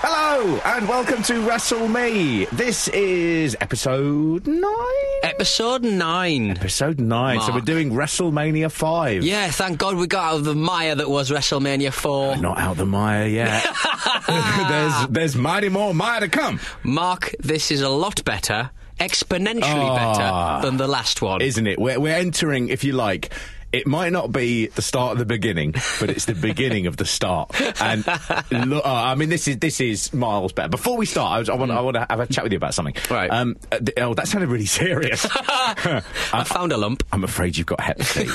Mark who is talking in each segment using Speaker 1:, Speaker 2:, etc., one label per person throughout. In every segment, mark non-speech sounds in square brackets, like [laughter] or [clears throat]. Speaker 1: Hello and welcome to Wrestle Me. This is episode nine.
Speaker 2: Episode 9.
Speaker 1: Episode nine. So
Speaker 2: Mark.
Speaker 1: we're doing WrestleMania five.
Speaker 2: Yeah, thank God we got out of the mire that was WrestleMania 4.
Speaker 1: Not out the mire
Speaker 2: [laughs]
Speaker 1: yet. there's there's mighty more mire to come,
Speaker 2: Mark, this is a lot better, exponentially
Speaker 1: Ah.
Speaker 2: better than the last one.
Speaker 1: isn't it? We're we're entering, if you like. It might not be the start of the beginning, but it's the beginning of the start. And look, uh, I mean, this is this is miles better. Before we start, I, was, I want I want to have a chat with you about something.
Speaker 2: Right.
Speaker 1: Um, uh, th- oh, that sounded really
Speaker 2: [laughs]
Speaker 1: serious. [laughs]
Speaker 2: I found a lump.
Speaker 1: I'm afraid you've got Hep
Speaker 2: [laughs]
Speaker 1: C.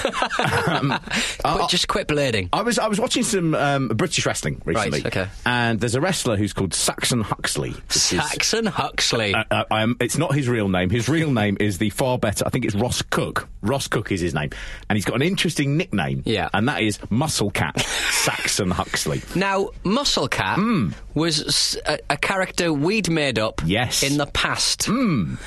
Speaker 1: um,
Speaker 2: Quit- just quit blading.
Speaker 1: I was I was watching some um, British wrestling recently,
Speaker 2: okay.
Speaker 1: and there's a wrestler who's called Saxon Huxley. which is-
Speaker 2: Saxon Huxley.
Speaker 1: uh, uh, um, it's not his real name. His real name is the far better. I think it's Ross Cook. Ross Cook is his name, and he's got an interesting nickname.
Speaker 2: Yeah.
Speaker 1: and that is Muscle Cat Saxon Huxley.
Speaker 2: now, Muscle Cat
Speaker 1: Hmm.
Speaker 2: was s- a, a character we'd made up
Speaker 1: Yes. Hmm.
Speaker 2: in the past.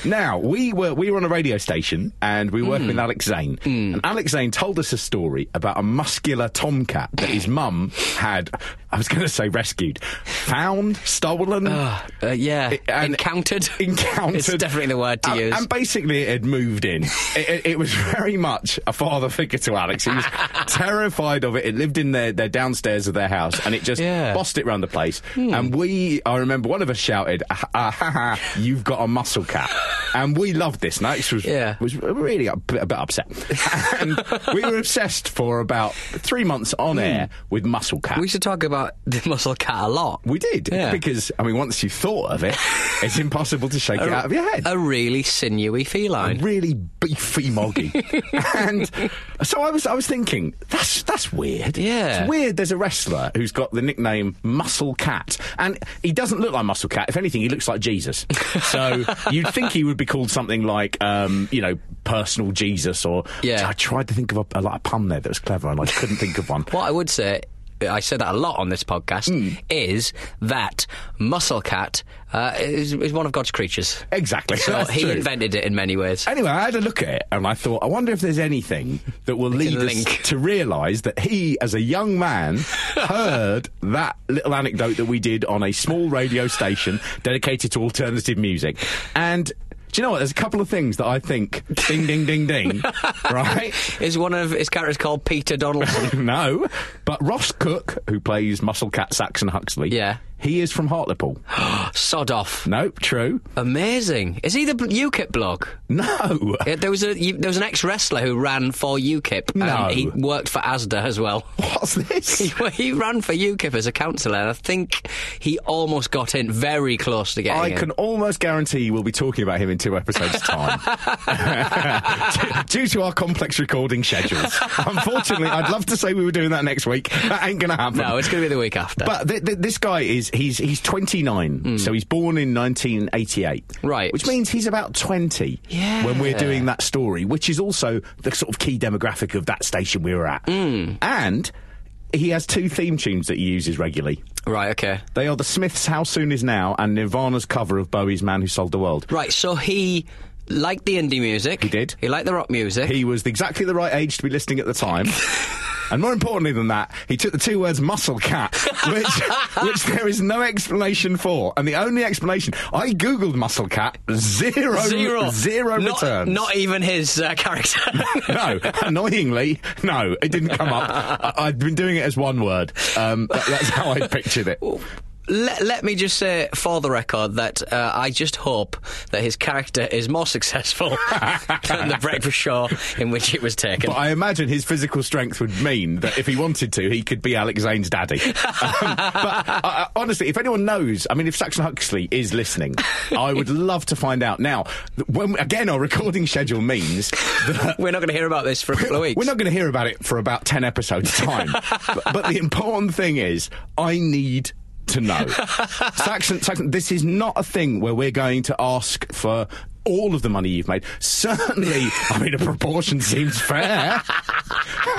Speaker 1: Now we were we were on a radio station and we were with Alex Zane, and Alex Zane told us a story about a muscular tomcat that his mum had. I was going to say rescued, found, stolen.
Speaker 2: Uh, yeah,
Speaker 1: It- and- [laughs]
Speaker 2: encountered.
Speaker 1: encountered.
Speaker 2: It's definitely the word to
Speaker 1: and,
Speaker 2: use.
Speaker 1: And basically, it had moved in. it, it, it was [laughs] very much a father figure to Alex.
Speaker 2: [laughs]
Speaker 1: He was terrified of it. It lived in their, their downstairs of their house, and it just
Speaker 2: Yeah. Hmm.
Speaker 1: bossed it around the place. And we, I remember one of us shouted, "Ah, ah, ha, ha, "You've got a muscle cat!" and we loved this. And Alex was
Speaker 2: Yeah.
Speaker 1: was really a bit, a bit upset. [laughs] and we were obsessed for about three months on air with muscle cat.
Speaker 2: Hmm. we should talk about the Muscle Cat a lot.
Speaker 1: We did
Speaker 2: Yeah.
Speaker 1: because I mean, once you've thought of it, it's impossible to
Speaker 2: Oh,
Speaker 1: shake it out of your head.
Speaker 2: A really sinewy feline.
Speaker 1: really beefy
Speaker 2: [laughs]
Speaker 1: moggy. and so I was, I was thinking, that's that's weird.
Speaker 2: Yeah.
Speaker 1: it's weird. There's a wrestler who's got the nickname Muscle Cat, and he doesn't look like Muscle Cat. If anything, he looks like Jesus.
Speaker 2: [laughs]
Speaker 1: so you'd think he would be called something like, um, you know, Personal Jesus, or
Speaker 2: Yeah.
Speaker 1: I tried to think of a, a, like a pun there that was clever, and I couldn't think
Speaker 2: [laughs]
Speaker 1: of one.
Speaker 2: What I would say, I say that a lot on this podcast,
Speaker 1: Hmm.
Speaker 2: is that Muscle Cat uh, is, is one of
Speaker 1: [laughs]
Speaker 2: God's creatures.
Speaker 1: Exactly.
Speaker 2: So
Speaker 1: That's
Speaker 2: he
Speaker 1: true.
Speaker 2: invented it in many ways.
Speaker 1: Anyway, I had a look at it and I thought, I wonder if there's anything that will lead us
Speaker 2: link.
Speaker 1: to realise that he, as a young
Speaker 2: [laughs]
Speaker 1: man, heard that little anecdote that we did on a small radio station dedicated to alternative music. And do you know what? There's a couple of things that I think ding, ding, ding,
Speaker 2: [laughs]
Speaker 1: ding, right?
Speaker 2: Is one of his characters called
Speaker 1: [laughs]
Speaker 2: Peter Donaldson?
Speaker 1: no. But Ross Cook, who plays Muscle Cat Saxon Huxley,
Speaker 2: Yeah.
Speaker 1: he is from
Speaker 2: [gasps]
Speaker 1: Hartlepool.
Speaker 2: Sod off!
Speaker 1: no, true.
Speaker 2: Amazing. Is he the bl- UKIP blog?
Speaker 1: No.
Speaker 2: Yeah, There was a you- there was an ex wrestler who ran for UKIP.
Speaker 1: No.
Speaker 2: And he worked for ASDA as well.
Speaker 1: [laughs]
Speaker 2: [laughs]
Speaker 1: What's this?
Speaker 2: Well, he ran for UKIP as a councillor, and I think he almost got in, very close to getting
Speaker 1: I
Speaker 2: in.
Speaker 1: can almost guarantee we'll be talking about him in two episodes'
Speaker 2: [laughs]
Speaker 1: time. Due to our complex recording schedules. Unfortunately, I'd love to say we were doing that next week. That ain't going to happen.
Speaker 2: No, it's going to be the week after. Hmm.
Speaker 1: But th- th- this guy is he's he's 29, so he's born in 1988.
Speaker 2: Right.
Speaker 1: Which means he's about 20
Speaker 2: Yeah.
Speaker 1: when we're doing that
Speaker 2: Hmm.
Speaker 1: story, which is also the sort of key demographic of that station we were at. And he has two theme tunes that he uses regularly.
Speaker 2: Right, okay.
Speaker 1: They are the Smiths' "How Soon Is Now" and Nirvana's cover of Bowie's "Man Who Sold the World."
Speaker 2: Right, so he liked the indie music. He
Speaker 1: did.
Speaker 2: He liked the rock music.
Speaker 1: He was exactly the right age to be listening at the
Speaker 2: [laughs]
Speaker 1: time. And more importantly than that, he took the two words muscle
Speaker 2: [laughs]
Speaker 1: cat, which, which there is no explanation for. And the only explanation, I googled muscle cat, zero,
Speaker 2: Zero.
Speaker 1: zero
Speaker 2: not,
Speaker 1: returns. [laughs]
Speaker 2: Not even his uh, character.
Speaker 1: no, annoyingly, no, it didn't come
Speaker 2: [laughs]
Speaker 1: up. I, I'd been doing it as one word. Um, that, that's how I pictured it.
Speaker 2: Let, let me just say, for the record, that uh, I just hope that his character is
Speaker 1: [laughs]
Speaker 2: more successful than the breakfast show in which it was taken.
Speaker 1: But I imagine his physical strength would mean that if he wanted to, he could be Alex Zane's daddy. Um, but I, I, honestly, if anyone knows, I mean, if Saxon Huxley is listening, I would love to find out. Now, th- when again, our recording schedule means that.
Speaker 2: We're not going to hear about this for a couple of weeks.
Speaker 1: We're not going to hear about it for about 10 episodes' time. but, but the important thing is, I need to know. Saxon, Saxon, this is not a thing where we're going to ask for all of the money you've made. Certainly, I mean, a proportion seems fair. [laughs]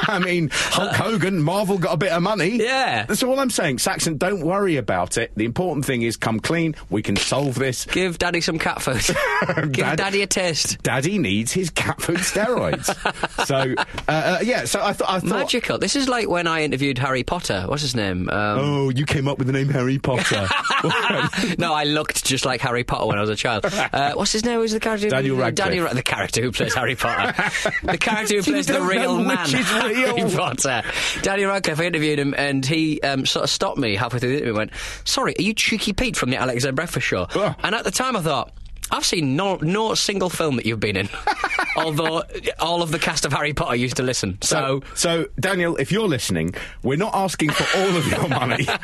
Speaker 1: I mean, Hulk Hogan, Marvel got a bit of money.
Speaker 2: Yeah.
Speaker 1: That's all I'm saying. Saxon, don't worry about it. The important thing is come clean. We can solve this.
Speaker 2: Give Daddy some
Speaker 1: [laughs]
Speaker 2: cat food. Give
Speaker 1: Dad-
Speaker 2: Daddy a taste.
Speaker 1: Daddy needs his cat food steroids. so, uh, uh, yeah, so I, th- I thought.
Speaker 2: Magical. This is like when I interviewed Harry Potter. What's his name? Um,
Speaker 1: Oh, you came up with the name Harry
Speaker 2: [laughs]
Speaker 1: Potter.
Speaker 2: no, I looked just like Harry Potter when I was a child. Uh, what's his name? Who's the character? who-
Speaker 1: Daniel Radcliffe.
Speaker 2: Daniel Ra- the character who plays Harry Potter.
Speaker 1: [laughs]
Speaker 2: the character who
Speaker 1: You
Speaker 2: plays the
Speaker 1: don't
Speaker 2: real
Speaker 1: know
Speaker 2: man.
Speaker 1: which is real.
Speaker 2: Harry Potter. Daniel Radcliffe. I interviewed him, and he um, sort of stopped me halfway through the interview. and Went, "Sorry, are you Cheeky Pete from the Alex and Breakfast Show?"
Speaker 1: Oh.
Speaker 2: And at the time, I thought. I've seen no no single film that you've
Speaker 1: [laughs]
Speaker 2: been in, although all of the cast of Harry Potter used to listen. So,
Speaker 1: so Daniel, if you're listening, we're not asking for all of your money, [laughs]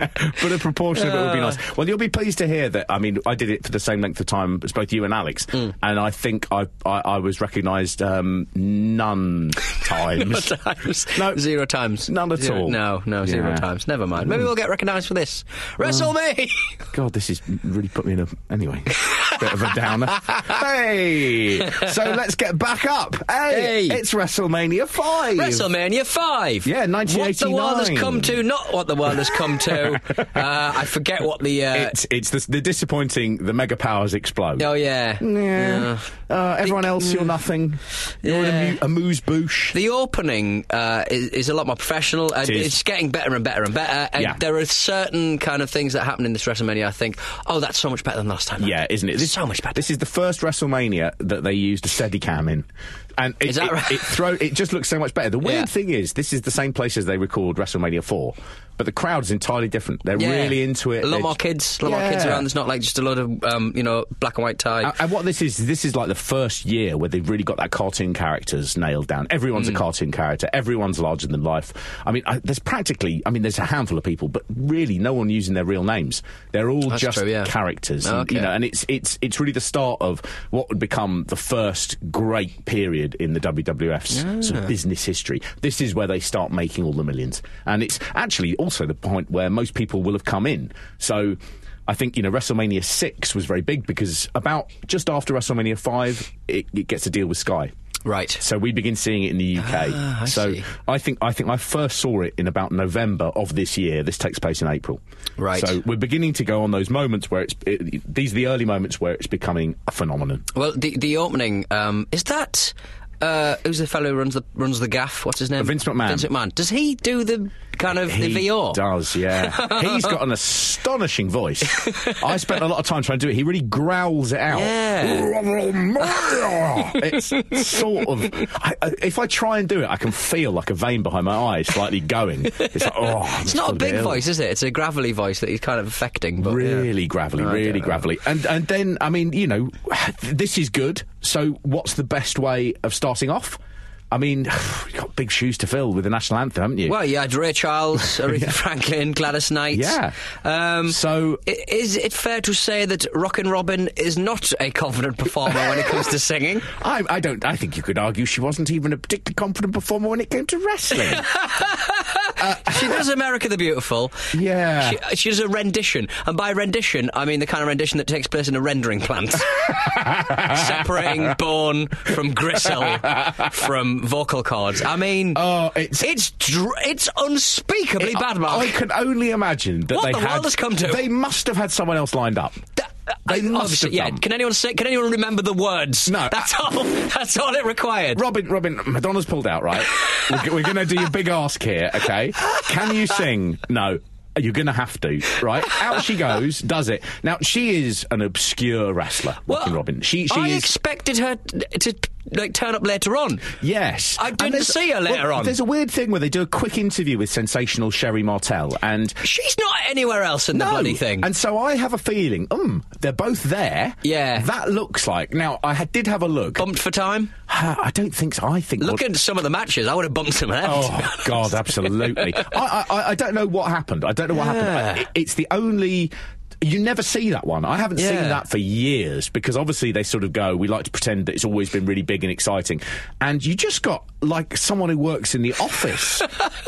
Speaker 1: but a proportion of it would be
Speaker 2: Ah.
Speaker 1: nice. Well, you'll be pleased to hear that. I mean, I did it for the same length of time as both you and Alex,
Speaker 2: Mm.
Speaker 1: and I think I I, I was recognised um, none
Speaker 2: [laughs]
Speaker 1: times.
Speaker 2: times.
Speaker 1: No.
Speaker 2: Zero times.
Speaker 1: None at
Speaker 2: Zero-
Speaker 1: all.
Speaker 2: No, no, zero
Speaker 1: Yeah.
Speaker 2: times. Never mind. Maybe we'll get recognised for this.
Speaker 1: [laughs]
Speaker 2: Wrestle me!
Speaker 1: God, this has really put me in a anyway bit of a
Speaker 2: [laughs]
Speaker 1: downer. hey, so let's get back up. Hey,
Speaker 2: Hey.
Speaker 1: it's WrestleMania Five.
Speaker 2: WrestleMania 5!
Speaker 1: Yeah,
Speaker 2: What the world has
Speaker 1: 1989.
Speaker 2: come to, not what the world has
Speaker 1: [laughs]
Speaker 2: come to. uh, I forget what the. Uh,
Speaker 1: It's it's the, the disappointing. The mega powers explode.
Speaker 2: oh, yeah.
Speaker 1: Yeah. Uh, everyone else, you're nothing. You're
Speaker 2: Yeah.
Speaker 1: an amu- amuse bouche.
Speaker 2: The opening uh, is, is a lot more professional. And
Speaker 1: It is.
Speaker 2: It's getting better and better and better. And
Speaker 1: Yeah.
Speaker 2: there are certain kind of things that happen in this WrestleMania. I think, oh, that's so much better than last time.
Speaker 1: Yeah, isn't it?
Speaker 2: so much better.
Speaker 1: This is the first WrestleMania that they used a Steadicam in, and it,
Speaker 2: Is that
Speaker 1: it,
Speaker 2: right?
Speaker 1: it throw it just looks so much better. The weird
Speaker 2: Yeah.
Speaker 1: thing is, this is the same place as they record WrestleMania Four, but the crowd's entirely different. They're
Speaker 2: Yeah.
Speaker 1: really into it.
Speaker 2: A lot
Speaker 1: They're-
Speaker 2: more kids, a lot more kids
Speaker 1: Yeah. Uh,
Speaker 2: around. There's not like just a lot of um, you know black and white tie.
Speaker 1: And- And what this is, this is like the first year where they've really got that cartoon characters nailed down. Everyone's a cartoon character. Everyone's larger than life. I mean, I, there's practically, I mean, there's a handful of people, but really, no one using their real names. They're all
Speaker 2: That's
Speaker 1: just
Speaker 2: true, yeah.
Speaker 1: characters, and, you
Speaker 2: Okay.
Speaker 1: know. And it's it's it's really the start of what would become the first great period in the WWF's sort of business history. This is where they start making all the millions, and it's actually also the point where most people will have come in. So. I think you know WrestleMania six was very big because about just after WrestleMania five, it, it gets a deal with Sky,
Speaker 2: right.
Speaker 1: so we begin seeing it in the UK.
Speaker 2: Ah, I
Speaker 1: so
Speaker 2: see.
Speaker 1: I think I think I first saw it in about November of this year. This takes place in April,
Speaker 2: Right.
Speaker 1: So we're beginning to go on those moments where it's it, these are the early moments where it's becoming a phenomenon.
Speaker 2: Well, the the opening um, is that. Uh, who's the fellow who runs the runs the gaff? What's his name?
Speaker 1: Vince McMahon.
Speaker 2: Vince McMahon. Does he do the kind of the
Speaker 1: He
Speaker 2: VO?
Speaker 1: does,
Speaker 2: [laughs]
Speaker 1: yeah. He's got an astonishing voice. I spent a lot of time trying to do it. He really growls it out.
Speaker 2: Yeah.
Speaker 1: it's sort of. I, I, if I try and do it, I can feel like a vein behind my eye slightly going. It's like, oh,
Speaker 2: It's not a big voice, is it? It's a gravelly voice that he's kind of affecting. But yeah.
Speaker 1: really gravelly,
Speaker 2: I get
Speaker 1: really
Speaker 2: it.
Speaker 1: gravelly. And and then I mean, you know, [sighs] this is good. So what's the best way of starting off? I mean, [sighs] you've got big shoes to fill with the national anthem, haven't you?
Speaker 2: Well, you had Ray
Speaker 1: [laughs]
Speaker 2: Charles, Aretha Franklin, Gladys Knight.
Speaker 1: Yeah.
Speaker 2: Um,
Speaker 1: So-
Speaker 2: i- is it fair to say that Rockin' Robin is not a confident performer when it comes
Speaker 1: [laughs]
Speaker 2: to singing?
Speaker 1: I, I don't. I think you could argue she wasn't even a particularly confident performer when it came to wrestling.
Speaker 2: [laughs] She does America the Beautiful.
Speaker 1: Yeah.
Speaker 2: She, uh, she does a rendition. And by rendition, I mean the kind of rendition that takes place in a rendering plant.
Speaker 1: [laughs]
Speaker 2: Separating bone from gristle from vocal cords. I mean,
Speaker 1: Oh, it's-
Speaker 2: it's dr- it's unspeakably
Speaker 1: I-
Speaker 2: bad, Mark.
Speaker 1: I can only imagine that
Speaker 2: What
Speaker 1: they
Speaker 2: the
Speaker 1: had.
Speaker 2: world has come to.
Speaker 1: They must have had someone else lined up.
Speaker 2: Th-
Speaker 1: They must
Speaker 2: obviously-
Speaker 1: have
Speaker 2: yeah.
Speaker 1: done.
Speaker 2: Can anyone say? Can anyone remember the words?
Speaker 1: No.
Speaker 2: That's all. [laughs] That's all it required.
Speaker 1: Robin, Robin, Madonna's pulled out,
Speaker 2: [laughs]
Speaker 1: right? we're g- we're going to do your big ask here, okay? Can you sing? No. You're going to have to, right? Out she goes, does it. Now, she is an obscure wrestler, Rockin' Robin. She, she
Speaker 2: I
Speaker 1: is.
Speaker 2: expected her t- to like turn up later on.
Speaker 1: Yes.
Speaker 2: I
Speaker 1: And
Speaker 2: didn't
Speaker 1: there's-
Speaker 2: see her later
Speaker 1: well,
Speaker 2: on.
Speaker 1: There's a weird thing where they do a quick interview with sensational Sherry Martell, and
Speaker 2: She's not anywhere else in the bloody thing.
Speaker 1: And so I have a feeling, um, they're both there.
Speaker 2: Yeah.
Speaker 1: That looks like. Now, I had, did have a look.
Speaker 2: bumped for time.
Speaker 1: I don't think so. I think.
Speaker 2: Look at some of the matches. I would have bumped some of them. to be
Speaker 1: Oh
Speaker 2: honest.
Speaker 1: God, absolutely. I, I, I don't know what happened. I don't know what happened. I, it- it's the only. You never see that one. I haven't seen
Speaker 2: Yeah.
Speaker 1: that for years because obviously they sort of go. We like to pretend that it's always been really big and exciting, and you just got like someone who works in the office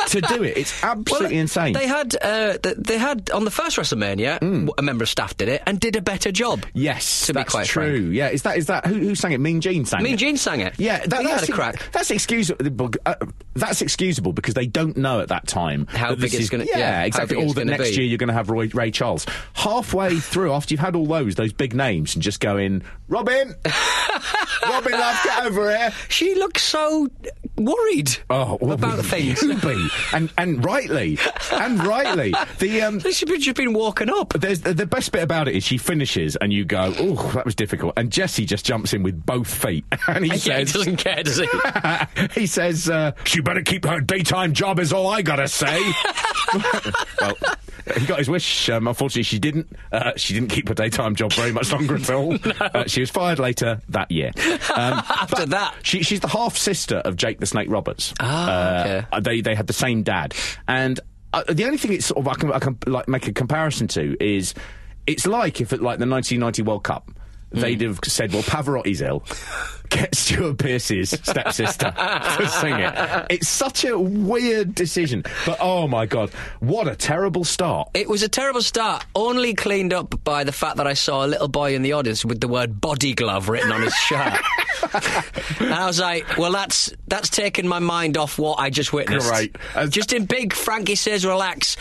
Speaker 1: to do it. It's absolutely
Speaker 2: Well,
Speaker 1: insane. Hmm.
Speaker 2: They had uh, th- they had on the first WrestleMania, w- a member of staff did it and did a better job.
Speaker 1: yes,
Speaker 2: to be
Speaker 1: that's
Speaker 2: quite
Speaker 1: true.
Speaker 2: frank.
Speaker 1: Yeah, is that is that who, who sang it? Mean Gene sang
Speaker 2: Mean
Speaker 1: it.
Speaker 2: Gene sang it.
Speaker 1: Yeah, that,
Speaker 2: He
Speaker 1: that's
Speaker 2: had a crack.
Speaker 1: That's excusable. Uh, that's excusable because they don't know at that time
Speaker 2: How
Speaker 1: that
Speaker 2: big
Speaker 1: this
Speaker 2: it's
Speaker 1: is-
Speaker 2: gonna-
Speaker 1: Yeah,
Speaker 2: yeah, how
Speaker 1: exactly. All
Speaker 2: big it's
Speaker 1: that
Speaker 2: gonna
Speaker 1: next
Speaker 2: be.
Speaker 1: year you're going to have Roy, Ray Charles
Speaker 2: [laughs]
Speaker 1: halfway through after you've had all those those big names and just go in,
Speaker 2: [laughs]
Speaker 1: Robin, Robin, love, get over here.
Speaker 2: She looked so worried
Speaker 1: Oh, what
Speaker 2: about
Speaker 1: would
Speaker 2: [laughs] things.
Speaker 1: you be? and and rightly, and rightly. The
Speaker 2: [laughs]
Speaker 1: um,
Speaker 2: They should be just been walking up.
Speaker 1: There's, the the best bit about it is she finishes and you go, oh, that was difficult. And Jesse just jumps in with both feet [laughs] and he
Speaker 2: Yeah, he
Speaker 1: says,
Speaker 2: doesn't care, does
Speaker 1: [laughs]
Speaker 2: he?
Speaker 1: he says, uh, "She better keep her daytime job," is all I gotta [laughs] say. well, he got his wish. Um, unfortunately, she didn't. Uh, she didn't keep her daytime job very much longer at [laughs] all. uh, she was fired later that year. [laughs] Um,
Speaker 2: After
Speaker 1: but
Speaker 2: that.
Speaker 1: she, she's the half sister of Jake the Snake Roberts.
Speaker 2: Ah, okay.
Speaker 1: uh, They they had the same dad, and uh, the only thing it's sort of I can, I can like make a comparison to is it's like if at like the 1990 World Cup. They'd
Speaker 2: Hmm.
Speaker 1: have said, "Well, Pavarotti's ill. [laughs] Get Stuart Pearce's stepsister to sing
Speaker 2: [laughs]
Speaker 1: it." It's such a weird decision, but oh my god, what a terrible start!
Speaker 2: It was a terrible start, only cleaned up by the fact that I saw a little boy in the audience with the word body glove written on
Speaker 1: [laughs]
Speaker 2: his shirt. and I was like, well, that's that's taken my mind off what I just witnessed.
Speaker 1: Great. Uh, As-
Speaker 2: Just in big, Frankie says, relax,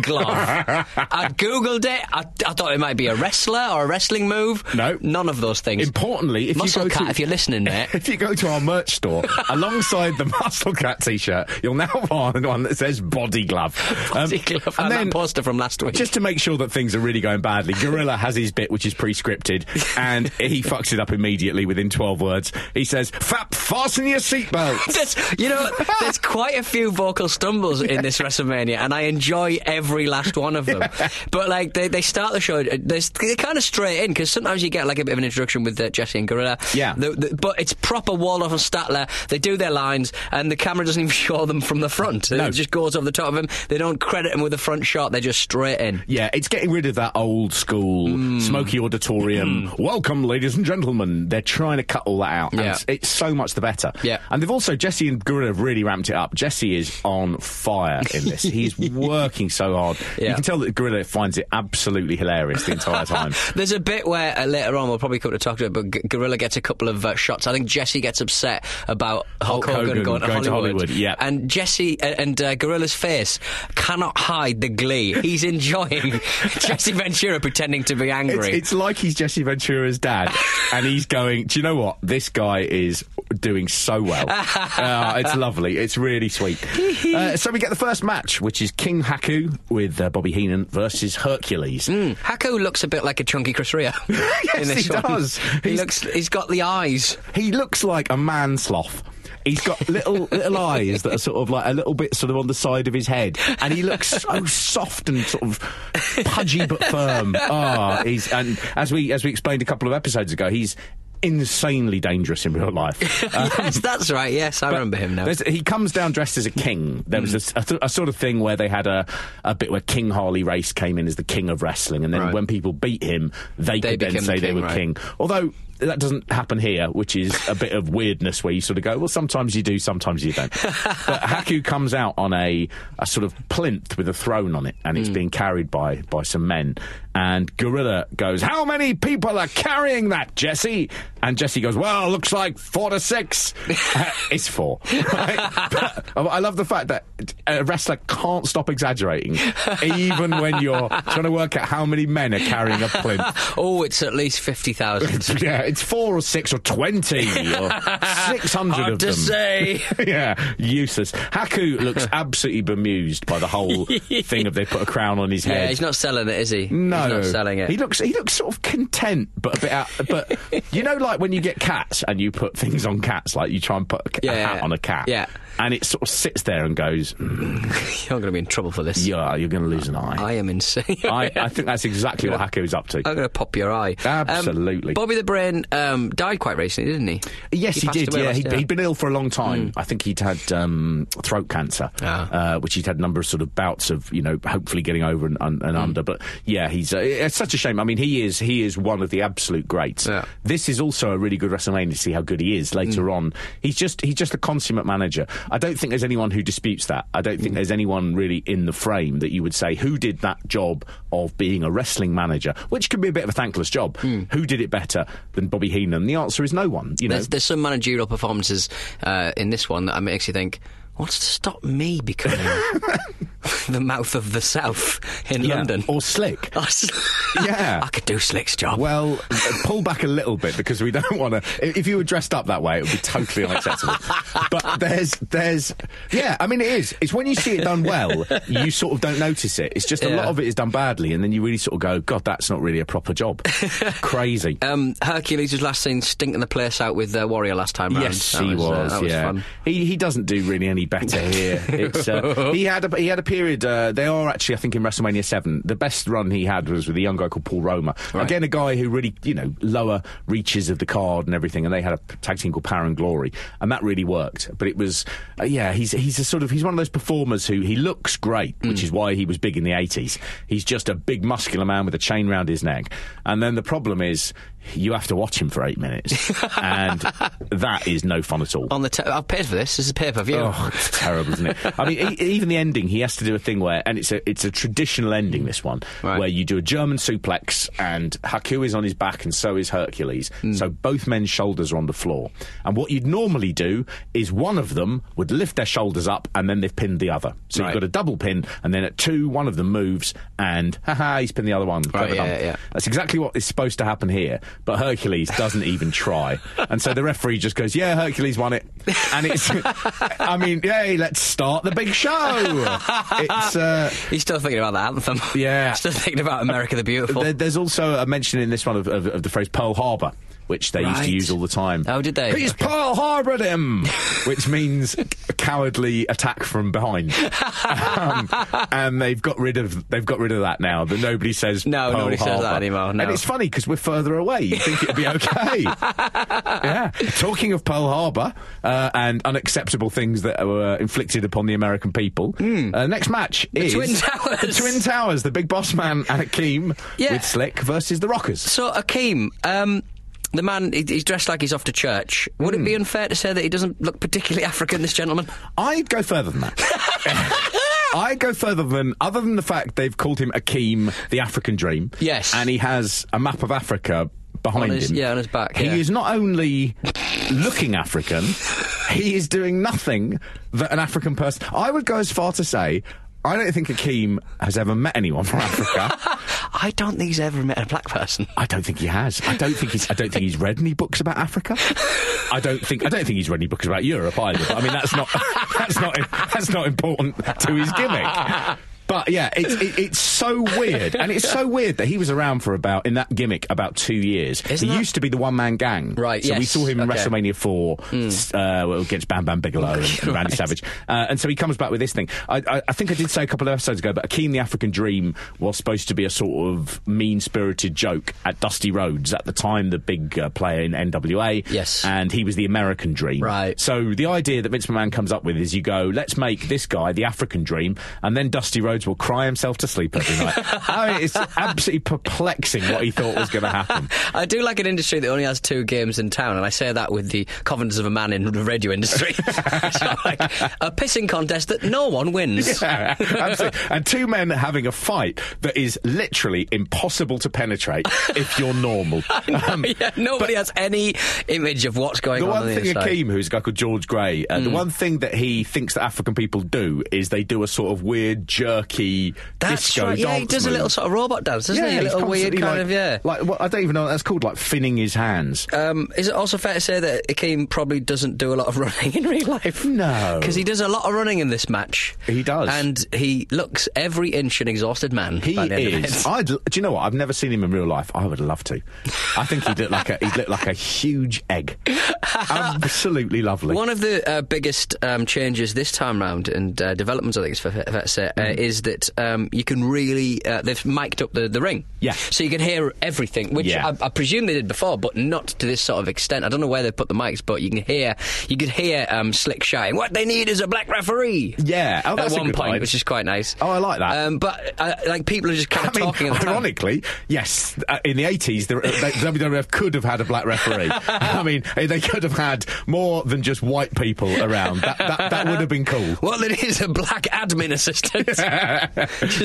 Speaker 1: [laughs]
Speaker 2: glove. I Googled it. I, I thought it might be a wrestler or a wrestling move.
Speaker 1: No.
Speaker 2: None of those things.
Speaker 1: Importantly, if
Speaker 2: Muscle
Speaker 1: you go
Speaker 2: cat,
Speaker 1: to,
Speaker 2: if you're listening, mate.
Speaker 1: [laughs] if you go to our merch
Speaker 2: [laughs]
Speaker 1: store alongside the Muscle Cat T-shirt, you'll now [laughs] find one that says Body Glove. Um,
Speaker 2: Body glove. And, that poster from last week.
Speaker 1: Just to make sure that things are really going badly, Gorilla has his bit, which is
Speaker 2: [laughs]
Speaker 1: pre-scripted, and he fucks it up immediately within 12 words. He says, Fap, fasten your seatbelts.
Speaker 2: [laughs] There's, you know, there's quite a few vocal stumbles in this WrestleMania, and I enjoy every last one of
Speaker 1: [laughs]
Speaker 2: them. But like, they, they start the show, uh, they're, st- they're kind of straight in because sometimes you get like a bit of an introduction with uh, Jesse and Gorilla.
Speaker 1: Yeah.
Speaker 2: The- the- but it's proper Waldorf and Statler. They do their lines, and the camera doesn't even [laughs] show them from the front.
Speaker 1: No.
Speaker 2: It just goes over the top of them. They don't credit them with a front shot. They're just straight in.
Speaker 1: Yeah, it's getting rid of that old school
Speaker 2: Mm.
Speaker 1: smoky auditorium. Welcome, ladies and gentlemen. They're trying to cut all that out. and
Speaker 2: Mm-hmm. Yeah.
Speaker 1: it's, it's so much the better.
Speaker 2: Yeah.
Speaker 1: And they've also, Jesse and Gorilla have really ramped it up. Jesse is on fire in
Speaker 2: [laughs]
Speaker 1: this. He's working so hard. You
Speaker 2: Yeah.
Speaker 1: can tell that Gorilla finds it absolutely hilarious the entire time.
Speaker 2: [laughs] There's a bit where uh, later on we'll probably come to talk to it, but G- Gorilla gets a couple of uh, shots. I think Jesse gets upset about Hulk,
Speaker 1: Hulk Hogan
Speaker 2: going,
Speaker 1: going to
Speaker 2: to Hollywood.
Speaker 1: Hollywood, yeah.
Speaker 2: And Jesse uh, and uh, Gorilla's face cannot hide the glee. He's enjoying [laughs] Jesse Ventura pretending to be
Speaker 1: It's,
Speaker 2: angry.
Speaker 1: it's like he's Jesse Ventura's dad, and he's going. Do you know what? This guy is doing so well. Ah, it's lovely. It's really sweet. uh, so we get the first match, which is King Haku with uh, Bobby Heenan versus Hercules.
Speaker 2: Haku looks a bit like a chunky Chris Rea.
Speaker 1: [laughs] Yes, he does.
Speaker 2: He
Speaker 1: He's-
Speaker 2: looks. He's got the eyes.
Speaker 1: He looks like a man sloth. He's got
Speaker 2: [laughs]
Speaker 1: little little eyes that are sort of like a little bit sort of on the side of his head, and he looks
Speaker 2: [laughs]
Speaker 1: so soft and sort of pudgy but firm. Ah, he's and as we as we explained a couple of episodes ago, he's insanely dangerous in real
Speaker 2: [laughs]
Speaker 1: life. [laughs] Um,
Speaker 2: yes, that's right. Yes, I remember him now.
Speaker 1: there's- He comes down dressed as a king. There was a s- a, th- a sort of thing where they had a, a bit where King Harley Race came in as the king of wrestling, and then
Speaker 2: Right.
Speaker 1: when people beat him, they,
Speaker 2: They
Speaker 1: could then
Speaker 2: became the
Speaker 1: say they
Speaker 2: king,
Speaker 1: were
Speaker 2: right.
Speaker 1: king. Although that doesn't happen here, which is a bit of weirdness where you sort of go, well, sometimes you do, sometimes you don't. but Haku comes out on a, a sort of plinth with a throne on it, and it's being carried by, by some men. And Gorilla goes, How many people are carrying that, Jesse? And Jesse goes, Well, looks like four to six. Uh, it's four. [laughs] right? But oh, I love the fact that a wrestler can't stop exaggerating, even when you're trying to work out how many men are carrying a plinth
Speaker 2: [laughs] Oh, it's at least
Speaker 1: [laughs]
Speaker 2: 50,000.
Speaker 1: yeah, it's four or six or twenty
Speaker 2: [laughs]
Speaker 1: or six hundred
Speaker 2: Hard
Speaker 1: of
Speaker 2: to
Speaker 1: them.
Speaker 2: say.
Speaker 1: [laughs] yeah, useless. Haku
Speaker 2: [laughs]
Speaker 1: looks absolutely bemused by the whole thing of they put a crown on his
Speaker 2: Yeah,
Speaker 1: head.
Speaker 2: he's not selling it, is he?
Speaker 1: no,
Speaker 2: He's not selling it.
Speaker 1: He looks he looks sort of content, but a bit out. But
Speaker 2: [laughs]
Speaker 1: you know, like when you get cats and you put things on cats, like you try and put a, ca- a
Speaker 2: Yeah,
Speaker 1: hat on a cat,
Speaker 2: yeah.
Speaker 1: and it sort of sits there and goes, "Mm,
Speaker 2: You're going to be in trouble for this.
Speaker 1: "Yeah, you're going to lose an eye."
Speaker 2: I am insane. [laughs]
Speaker 1: I, I think that's exactly what Haku is up to.
Speaker 2: I'm going to pop your eye. Um,
Speaker 1: Absolutely.
Speaker 2: Bobby the Brain um, died quite recently, didn't he?
Speaker 1: Yes, he,
Speaker 2: passed
Speaker 1: did.
Speaker 2: away
Speaker 1: Yeah,
Speaker 2: last
Speaker 1: he'd,
Speaker 2: year. Hmm.
Speaker 1: he'd been ill for a long time. I think he'd had um, throat cancer,
Speaker 2: Ah.
Speaker 1: uh, which he'd had a number of sort of bouts of, you know, hopefully getting over and, and,
Speaker 2: Hmm.
Speaker 1: and under. But yeah, he's uh, it's such a shame. I mean, he is he is one of the absolute greats.
Speaker 2: Yeah. Hmm.
Speaker 1: This is also a really good WrestleMania to see how good he is later on. He's just he's just a consummate manager. I don't think there's anyone who disputes that. I don't
Speaker 2: Hmm.
Speaker 1: think there's anyone really in the frame that you would say who did that job of being a wrestling manager, which can be a bit of a thankless job.
Speaker 2: Hmm.
Speaker 1: Who did it better than Bobby Heenan? The answer is no one. You know,
Speaker 2: There's, there's some managerial performances uh, in this one that I makes you think, what's to stop me becoming [laughs] the mouth of the South in
Speaker 1: Yeah,
Speaker 2: London? [laughs]
Speaker 1: or Slick.
Speaker 2: I s-
Speaker 1: [laughs] Yeah.
Speaker 2: I could do Slick's job.
Speaker 1: Well, pull back a little bit because we don't want to. If you were dressed up that way, it would be totally unacceptable. but there's, there's, yeah. I mean, it is. It's when you see it done well, you sort of don't notice it. It's just a
Speaker 2: Yeah.
Speaker 1: lot of it is done badly, and then you really sort of go, God, that's not really a proper
Speaker 2: [laughs]
Speaker 1: job. Crazy.
Speaker 2: um, Hercules was last seen stinking the place out with uh, Warrior last time round.
Speaker 1: Yes,
Speaker 2: That
Speaker 1: he
Speaker 2: was,
Speaker 1: was.
Speaker 2: uh, that was
Speaker 1: yeah,
Speaker 2: fun.
Speaker 1: he he doesn't do really any better here. It's, uh, he had a, he had a period. Uh, they are actually, I think, in WrestleMania Seven. The best run he had was with a young guy called Paul Roma. Again, a guy who really you know lower reaches of the card and everything. And they had a p- tag team called Power and Glory, and that really worked. But it was uh, yeah, he's he's a sort of he's one of those performers who he looks great, which is why he was big in the eighties. He's just a big muscular man with a chain round his neck. And then the problem is. You have to watch him for eight minutes, and that is no fun at all.
Speaker 2: On the te- I've paid for this. This is pay per view.
Speaker 1: Oh, it's terrible, isn't it? I mean, e- even the ending, he has to do a thing where, and it's a it's a traditional ending. This one,
Speaker 2: Right.
Speaker 1: where you do a German suplex, and Haku is on his back, and so is Hercules.
Speaker 2: Hmm.
Speaker 1: So both men's shoulders are on the floor, and what you'd normally do is one of them would lift their shoulders up, and then they've pinned the other. So
Speaker 2: Right.
Speaker 1: you've got a double pin, and then at two, one of them moves, and haha, he's pinned the other one. Clever
Speaker 2: yeah,
Speaker 1: done.
Speaker 2: yeah.
Speaker 1: That's exactly what is supposed to happen here, but Hercules doesn't even try. And so the referee just goes, Yeah, Hercules won it. And it's, [laughs] I mean, yay, let's start the big show. It's, uh,
Speaker 2: He's still thinking about that [laughs] anthem.
Speaker 1: Yeah.
Speaker 2: still thinking about America the Beautiful.
Speaker 1: there, there's also a mention in this one of, of, of the phrase Pearl Harbor, which they used
Speaker 2: Right.
Speaker 1: to use all the time.
Speaker 2: Oh, did they?
Speaker 1: He's
Speaker 2: Okay.
Speaker 1: Pearl Harbored
Speaker 2: [laughs]
Speaker 1: him, which means a cowardly attack from behind. um, and they've got rid of they've got rid of that now. That nobody says
Speaker 2: No,
Speaker 1: Pearl
Speaker 2: nobody says that
Speaker 1: Harbor.
Speaker 2: anymore, no.
Speaker 1: And it's funny because we're further away. You think it'd be
Speaker 2: [laughs]
Speaker 1: okay? yeah. Talking of Pearl Harbor uh, and unacceptable things that were inflicted upon the American people. Uh, next match is
Speaker 2: Hmm. Twin Towers.
Speaker 1: The Twin Towers. The Big Boss Man and Akeem
Speaker 2: Yeah.
Speaker 1: with Slick versus the Rockers.
Speaker 2: So, Akeem, um, the man, he, he's dressed like he's off to church. Would it be unfair to say that he doesn't look particularly [laughs] African, this gentleman?
Speaker 1: I'd go further than
Speaker 2: [laughs]
Speaker 1: that. I'd go further than, other than the fact they've called him Akeem, the African Dream.
Speaker 2: Yes.
Speaker 1: And he has a map of Africa behind
Speaker 2: On his-
Speaker 1: him.
Speaker 2: yeah, on his back,
Speaker 1: He
Speaker 2: yeah.
Speaker 1: is not only looking African, he is doing nothing that an African person. I would go as far to say. I don't think Akeem has ever met anyone from
Speaker 2: [laughs]
Speaker 1: Africa.
Speaker 2: I don't think he's ever met a black [laughs] person.
Speaker 1: I don't think he has. I don't think he's. I don't think he's read any books about Africa. I don't think. I don't think he's read any books about Europe either. But I mean, that's not. That's not. That's not important to his gimmick. But yeah, it's it, it's so weird, and it's so weird that he was around for about in that gimmick about two years.
Speaker 2: Isn't
Speaker 1: he
Speaker 2: that-
Speaker 1: used to be the one man gang,
Speaker 2: Right,
Speaker 1: So we
Speaker 2: yes,
Speaker 1: saw him in
Speaker 2: okay.
Speaker 1: WrestleMania four
Speaker 2: Hmm.
Speaker 1: s- uh, well, against Bam Bam Bigelow
Speaker 2: [laughs]
Speaker 1: and, and Randy Savage, uh, and so he comes back with this thing. I, I, I think I did say a couple of episodes ago, but Akeem the African Dream was supposed to be a sort of mean spirited joke at Dusty Rhodes at the time, the big uh, player in NWA.
Speaker 2: Yes.
Speaker 1: and he was the American Dream.
Speaker 2: Right.
Speaker 1: So the idea that Vince McMahon comes up with is you go, let's make this guy the African Dream, and then Dusty Rhodes Rhodes will cry himself to sleep every night.
Speaker 2: [laughs]
Speaker 1: I mean, it's absolutely perplexing what he thought was going to happen.
Speaker 2: [laughs] I do like an industry that only has two games in town, and I say that with the confidence of a man in the radio industry. [laughs] so, like, a pissing contest that no one [laughs] wins.
Speaker 1: Yeah, [laughs] absolutely. And two men having a fight that is literally impossible to penetrate if you're
Speaker 2: [laughs]
Speaker 1: normal. Um,
Speaker 2: Yeah, nobody has any image of what's going
Speaker 1: the
Speaker 2: on.
Speaker 1: one
Speaker 2: on the
Speaker 1: thing
Speaker 2: inside.
Speaker 1: Akeem, who's a guy called George Gray, uh,
Speaker 2: Mm.
Speaker 1: the one thing that he thinks that African people do is they do a sort of weird, jerky
Speaker 2: That's
Speaker 1: disco
Speaker 2: right. Yeah, he
Speaker 1: dance
Speaker 2: does a
Speaker 1: move.
Speaker 2: little sort of robot dance, doesn't he?
Speaker 1: he's
Speaker 2: A little weird
Speaker 1: constantly
Speaker 2: kind
Speaker 1: like,
Speaker 2: of yeah.
Speaker 1: Like well, I don't even know what that's called. Like finning his hands.
Speaker 2: Um, is it also fair to say that Akeem probably doesn't do a lot of [laughs] running in real life? [laughs]
Speaker 1: No.
Speaker 2: Because he does a lot of running in this match.
Speaker 1: He does.
Speaker 2: And he looks every inch an exhausted man.
Speaker 1: He
Speaker 2: by the end Of
Speaker 1: is.
Speaker 2: [laughs] it.
Speaker 1: I'd, do you know what? I've never seen him in real life. I would love to. I think he looked like a he looked like a huge egg.
Speaker 2: [laughs]
Speaker 1: Absolutely lovely.
Speaker 2: One of the uh, biggest um, changes this time round and uh, developments, I think it's fair fair to say, uh,
Speaker 1: Mm-hmm.
Speaker 2: is that um, you can really uh, they've mic'd up the, the ring.
Speaker 1: Yeah.
Speaker 2: So you can hear everything, which
Speaker 1: Yeah.
Speaker 2: I, I presume they did before, but not to this sort of extent. I don't know where they put the mics, but you can hear you could hear um, Slick shouting, "What they need is a black referee."
Speaker 1: Yeah. Oh, that's
Speaker 2: At
Speaker 1: a
Speaker 2: one
Speaker 1: good
Speaker 2: point,
Speaker 1: line.
Speaker 2: which is quite nice.
Speaker 1: Oh, I like that.
Speaker 2: Um, but uh, like people are just
Speaker 1: [laughs]
Speaker 2: kind
Speaker 1: I
Speaker 2: of
Speaker 1: mean,
Speaker 2: talking. at the time.
Speaker 1: ironically, yes, uh, in the 80s, the, the WWF could have had a black
Speaker 2: [laughs]
Speaker 1: referee. I mean, eh, they could have had more than just white people around. That, that, that would have been cool.
Speaker 2: Well, it is a black admin assistant.
Speaker 1: [laughs]
Speaker 2: [laughs] Just [laughs]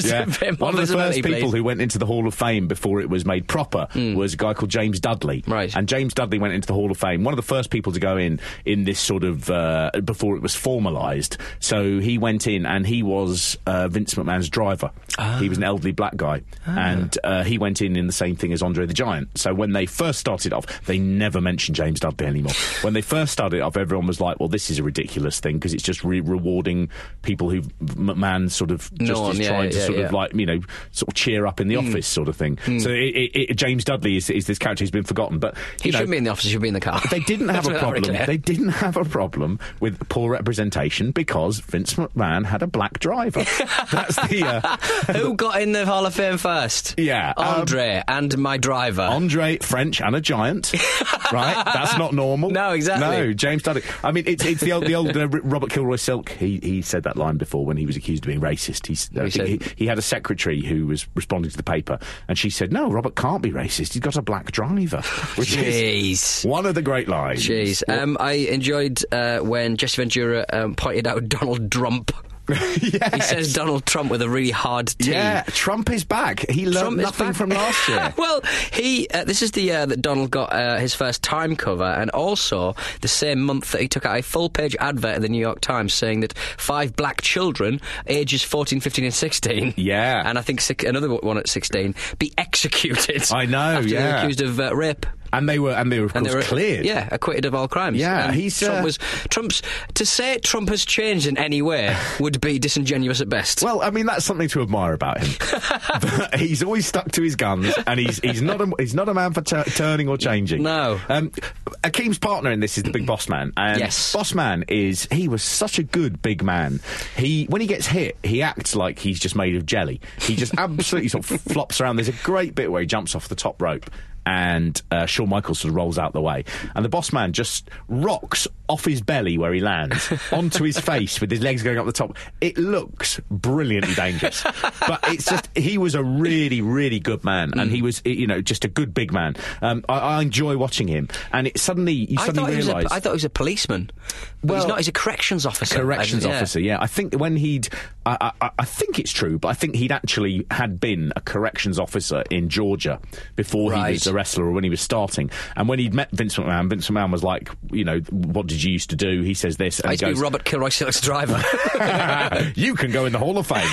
Speaker 2: a bit more
Speaker 1: One of the
Speaker 2: visibility,
Speaker 1: first people
Speaker 2: please. Hmm.
Speaker 1: who went into the Hall of Fame before it was made proper was a guy called James Dudley.
Speaker 2: Right.
Speaker 1: And James Dudley went into the Hall of Fame. One of the first people to go in in this sort of uh, before it was formalised. So he went in and he was uh, Vince McMahon's driver.
Speaker 2: Ah.
Speaker 1: He was an elderly black guy, and uh, he went in in the same thing as Andre the Giant. So when they first started off, they never mentioned James Dudley
Speaker 2: [sighs]
Speaker 1: anymore. when they first started off, everyone was like, "Well, this is a ridiculous thing because it's just re- rewarding people who McMahon sort of just
Speaker 2: Norm,
Speaker 1: is
Speaker 2: yeah,
Speaker 1: trying to
Speaker 2: yeah,
Speaker 1: sort
Speaker 2: yeah. Hmm.
Speaker 1: of like you know sort of cheer up in the office sort of thing. So it, it, it, James Dudley is, is this character who's been forgotten, but
Speaker 2: He
Speaker 1: you know,
Speaker 2: shouldn't be in the office. He should be in the car.
Speaker 1: they
Speaker 2: [laughs]
Speaker 1: didn't have
Speaker 2: Let's
Speaker 1: a
Speaker 2: make that very
Speaker 1: problem.
Speaker 2: clear.
Speaker 1: They didn't have a problem with poor representation because Vince McMahon had a black
Speaker 2: [laughs]
Speaker 1: driver. That's the uh,
Speaker 2: Who got in the Hall of Fame first?
Speaker 1: Yeah, [laughs] um,
Speaker 2: Andre and my driver.
Speaker 1: Andre French and a giant,
Speaker 2: [laughs]
Speaker 1: right? That's not normal.
Speaker 2: No, exactly.
Speaker 1: No, James Dudley. I mean, it's it's the old the old uh, R- Robert Kilroy Silk. He he said that line before when he was accused of being racist. He's, I
Speaker 2: He
Speaker 1: think
Speaker 2: said-
Speaker 1: he, he had a secretary who was responding to the paper, and she said, "No, Robert can't be racist. He's got a black driver." [laughs] Which is
Speaker 2: Jeez.
Speaker 1: one of the great lines.
Speaker 2: Jeez. Um, I enjoyed uh, when Jesse Ventura um, pointed out [laughs] Donald Trump.
Speaker 1: [laughs] Yes.
Speaker 2: He says Donald Trump with a really hard T.
Speaker 1: Yeah, Trump is back. He learned
Speaker 2: Trump is
Speaker 1: nothing
Speaker 2: back.
Speaker 1: from last
Speaker 2: [laughs]
Speaker 1: year.
Speaker 2: well, he. Uh, this is the year that Donald got uh, his first Time cover, and also the same month that he took out a full-page advert in the New York Times saying that five black children, ages 14, 15, and 16,
Speaker 1: [laughs] Yeah.
Speaker 2: and I think six, another one at 16, be executed.
Speaker 1: I know,
Speaker 2: after they were
Speaker 1: yeah.
Speaker 2: accused of uh, rape.
Speaker 1: And they were, and they were of
Speaker 2: And
Speaker 1: course
Speaker 2: they were
Speaker 1: cleared.
Speaker 2: yeah, acquitted of all crimes.
Speaker 1: Yeah,
Speaker 2: And
Speaker 1: he's,
Speaker 2: Trump
Speaker 1: uh,
Speaker 2: was Trump's. To say Trump has changed in any
Speaker 1: [laughs]
Speaker 2: way would be disingenuous at best.
Speaker 1: Well, I mean, that's something to admire about
Speaker 2: [laughs]
Speaker 1: him. That he's always stuck to his guns, and he's he's not a, he's not a man for tur turning or changing.
Speaker 2: No.
Speaker 1: Um, Akeem's partner in this is the big boss man, and
Speaker 2: Yes.
Speaker 1: boss man is he was such a good big man. He when he gets hit, he acts like he's just made of jelly. He
Speaker 2: [laughs]
Speaker 1: just absolutely sort of flops around. There's a great bit where he jumps off the top rope. And uh, Shawn Michaels sort of rolls out the way, and the boss man just rocks off his belly where he lands onto
Speaker 2: [laughs]
Speaker 1: his face with his legs going up the top. It looks brilliantly dangerous, but it's just he was a really, really good man, and
Speaker 2: Mm.
Speaker 1: he was, you know, just a good big man. Um, I, I enjoy watching him, and it suddenly you
Speaker 2: I thought,
Speaker 1: suddenly
Speaker 2: he was a,
Speaker 1: realise
Speaker 2: I thought he was a policeman. But he's
Speaker 1: Well-
Speaker 2: not. He's a corrections officer.
Speaker 1: corrections
Speaker 2: I- yeah.
Speaker 1: officer. Yeah, I think when he'd, I, I, I think it's true, but I think he'd actually had been a corrections officer in Georgia before he
Speaker 2: Right.
Speaker 1: was a wrestler or when he was starting. And when he'd met Vince McMahon, Vince McMahon was like, you know, what did you used to do? He says this. And
Speaker 2: I
Speaker 1: he
Speaker 2: used to be
Speaker 1: goes,
Speaker 2: Robert Kilroy Silk's driver.
Speaker 1: [laughs]
Speaker 2: [laughs]
Speaker 1: you can go in the Hall of Fame.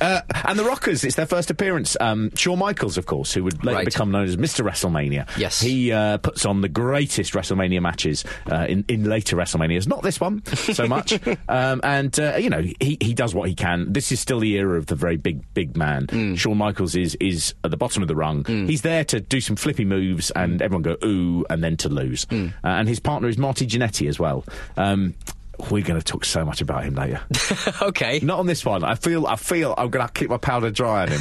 Speaker 1: uh, and the Rockers, it's their first appearance. Um, Shawn Michaels, of course, who would later
Speaker 2: Right.
Speaker 1: become known as Mr. WrestleMania.
Speaker 2: Yes.
Speaker 1: He uh, puts on the greatest WrestleMania matches uh, in, in later WrestleManias. Not this one so much. um, and, uh, you know, he, he does what he can. This is still the era of the very big, big man. Shawn Michaels is, is at the bottom of the rung. He's there to do some flippy moves and everyone go, ooh, and then to lose. Uh, and his partner is Marty Jannetty as well. Um, we're going to talk so much about him later.
Speaker 2: okay,
Speaker 1: Not on this one. I feel. I feel. I'm gonna keep my powder dry on him.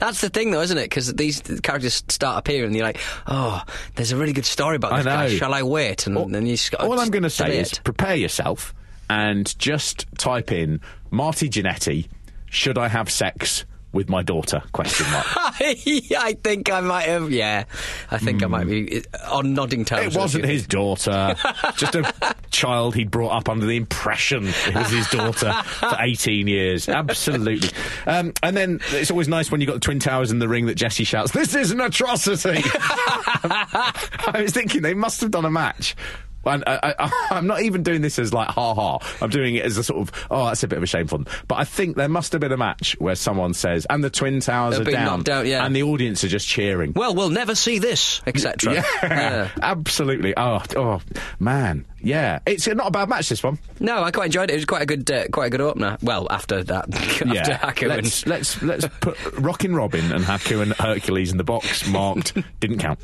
Speaker 2: that's the thing, though, isn't it? Because these characters start appearing, and you're like, "Oh, there's a really good story about
Speaker 1: I
Speaker 2: this guy.
Speaker 1: know.
Speaker 2: Shall I wait?" And then you just got
Speaker 1: All I'm going to
Speaker 2: just
Speaker 1: say
Speaker 2: wait.
Speaker 1: is prepare yourself. and just type in Marty Jannetty, should I have sex with my daughter? Question mark.
Speaker 2: [laughs] I think I might have. Yeah, I think I might be uh, on nodding toes.
Speaker 1: It
Speaker 2: with
Speaker 1: wasn't
Speaker 2: you.
Speaker 1: his
Speaker 2: [laughs]
Speaker 1: daughter. Just a child he'd brought up under the impression it was his daughter for 18 years. Absolutely. Um, and then it's always nice when you've got the Twin Towers in the ring that Jesse shouts, This is an atrocity! [laughs] I was thinking they must have done a match. And I, I, I'm not even doing this as like ha ha. I'm doing it as a sort of oh, that's a bit of a shame for them. But I think there must have been a match where someone says, and the twin towers
Speaker 2: They're
Speaker 1: are
Speaker 2: being
Speaker 1: down,
Speaker 2: knocked out, yeah.
Speaker 1: and the audience are just cheering.
Speaker 2: Well, we'll never see this, etc.
Speaker 1: Yeah, absolutely. Oh, oh, man. Yeah, it's uh, not a bad match. This one.
Speaker 2: No, I quite enjoyed it. It was quite a good, uh, quite a good opener. Well, after that, [laughs] after
Speaker 1: yeah.
Speaker 2: Hacker
Speaker 1: let's, let's let's put
Speaker 2: [laughs]
Speaker 1: Rockin' Robin and Haku and Hercules in the box marked didn't count.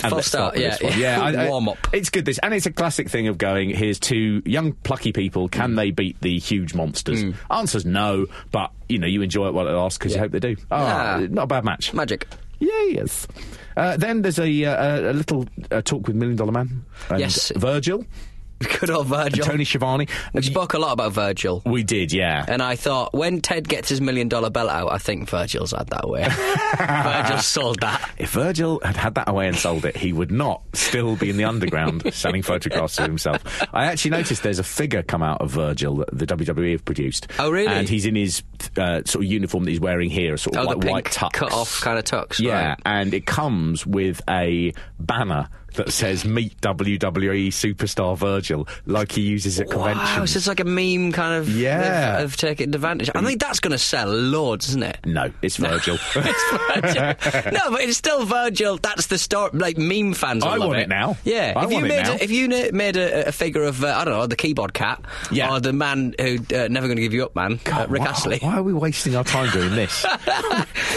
Speaker 1: And
Speaker 2: False
Speaker 1: let's
Speaker 2: start,
Speaker 1: with
Speaker 2: yeah,
Speaker 1: this one.
Speaker 2: yeah.
Speaker 1: yeah.
Speaker 2: Warm up.
Speaker 1: It's good this, and it's a classic thing of going. Here's two young plucky people. Can
Speaker 2: Mm.
Speaker 1: they beat the huge monsters? Answer's no, but you know you enjoy it while it lasts because you hope they do. Oh,
Speaker 2: Ah.
Speaker 1: not a bad match.
Speaker 2: magic.
Speaker 1: Yes. Uh, then there's a, uh, a little uh, talk with Million Dollar Man. And
Speaker 2: Yes.
Speaker 1: Virgil.
Speaker 2: [laughs] Good old Virgil.
Speaker 1: Tony Schiavone.
Speaker 2: we spoke a lot about Virgil.
Speaker 1: We did, yeah.
Speaker 2: And I thought, when Ted gets his million dollar belt out, I think Virgil's had
Speaker 1: [laughs]
Speaker 2: that away. Virgil sold that.
Speaker 1: if Virgil had had that away and sold it, he would not still be in the underground [laughs] selling photographs of himself. I actually noticed there's a figure come out of Virgil that the WWE have produced.
Speaker 2: Oh, really?
Speaker 1: And he's in his uh, sort of uniform that he's wearing here, a sort
Speaker 2: Oh,
Speaker 1: of like
Speaker 2: the
Speaker 1: white
Speaker 2: pink
Speaker 1: tux.
Speaker 2: cut off kind of tux.
Speaker 1: Yeah,
Speaker 2: right.
Speaker 1: and it comes with a banner that says "Meet WWE Superstar Virgil," like he uses at
Speaker 2: Wow, so
Speaker 1: conventions.
Speaker 2: it's like a meme kind of
Speaker 1: Yeah.
Speaker 2: of, of taking advantage. I think that's going to sell loads,
Speaker 1: [laughs]
Speaker 2: isn't it?
Speaker 1: No, it's Virgil.
Speaker 2: [laughs] It's Virgil. no, but it's still Virgil. That's the story. Like meme fans, will
Speaker 1: I
Speaker 2: love
Speaker 1: want
Speaker 2: it.
Speaker 1: it now.
Speaker 2: Yeah,
Speaker 1: I want
Speaker 2: if you
Speaker 1: it
Speaker 2: made
Speaker 1: now.
Speaker 2: A, if you na- made a, a figure of uh, I don't know the keyboard cat,
Speaker 1: Yeah.
Speaker 2: or the man who uh, never going to give you up, man, uh, Rick
Speaker 1: Why-
Speaker 2: Astley.
Speaker 1: Why are we wasting our time doing
Speaker 2: [laughs]
Speaker 1: this?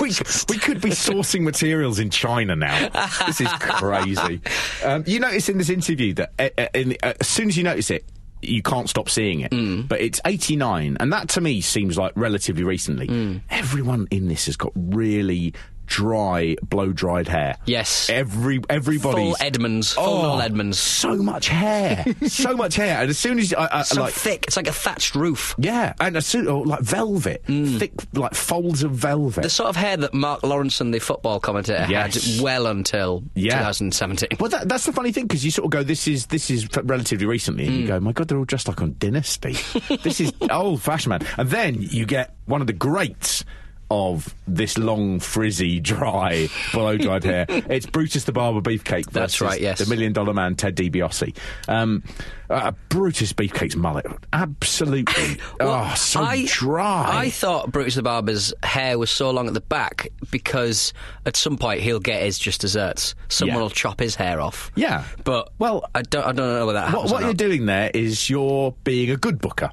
Speaker 1: we, we could be sourcing materials in China now. This is crazy. Um, you notice in this interview that uh, uh, in, uh, as soon as you notice it, you can't stop seeing it.
Speaker 2: Mm.
Speaker 1: But it's 89, and that to me seems like relatively recently.
Speaker 2: Mm.
Speaker 1: Everyone in this has got really dry, blow dried hair.
Speaker 2: Yes.
Speaker 1: Every everybody's
Speaker 2: Full Edmonds, full Noel Edmonds.
Speaker 1: So much hair, so much hair, and as soon as I, I
Speaker 2: So
Speaker 1: like
Speaker 2: thick, it's like a thatched roof.
Speaker 1: yeah, and a suit or like velvet, thick like folds of velvet.
Speaker 2: Mm. The sort of hair that Mark Lawrenson, the football commentator,
Speaker 1: Yes.
Speaker 2: had well until
Speaker 1: Yeah.
Speaker 2: 2017.
Speaker 1: well, that, that's the funny thing because you sort of go, "This is this is f- relatively recently," and you
Speaker 2: Mm.
Speaker 1: go, "My God, they're all dressed like on
Speaker 2: [laughs]
Speaker 1: Dynasty. this is old fashioned man." And then you get one of the greats of this long, frizzy, dry, blow dried
Speaker 2: [laughs]
Speaker 1: hair. It's Brutus the Barber Beefcake.
Speaker 2: That's
Speaker 1: versus
Speaker 2: right, yes.
Speaker 1: the Million Dollar Man Ted DiBiase. Um, uh, Brutus Beefcake's mullet,
Speaker 2: [coughs]
Speaker 1: absolutely. oh, so dry.
Speaker 2: I thought Brutus the Barber's hair was so long at the back because at some point he'll get his just desserts. Someone
Speaker 1: Yeah.
Speaker 2: will chop his hair off.
Speaker 1: Yeah.
Speaker 2: But
Speaker 1: Well,
Speaker 2: I don't I don't know whether that
Speaker 1: What,
Speaker 2: happens.
Speaker 1: what
Speaker 2: or
Speaker 1: you're
Speaker 2: not.
Speaker 1: doing there is you're being a good
Speaker 2: [laughs]
Speaker 1: booker,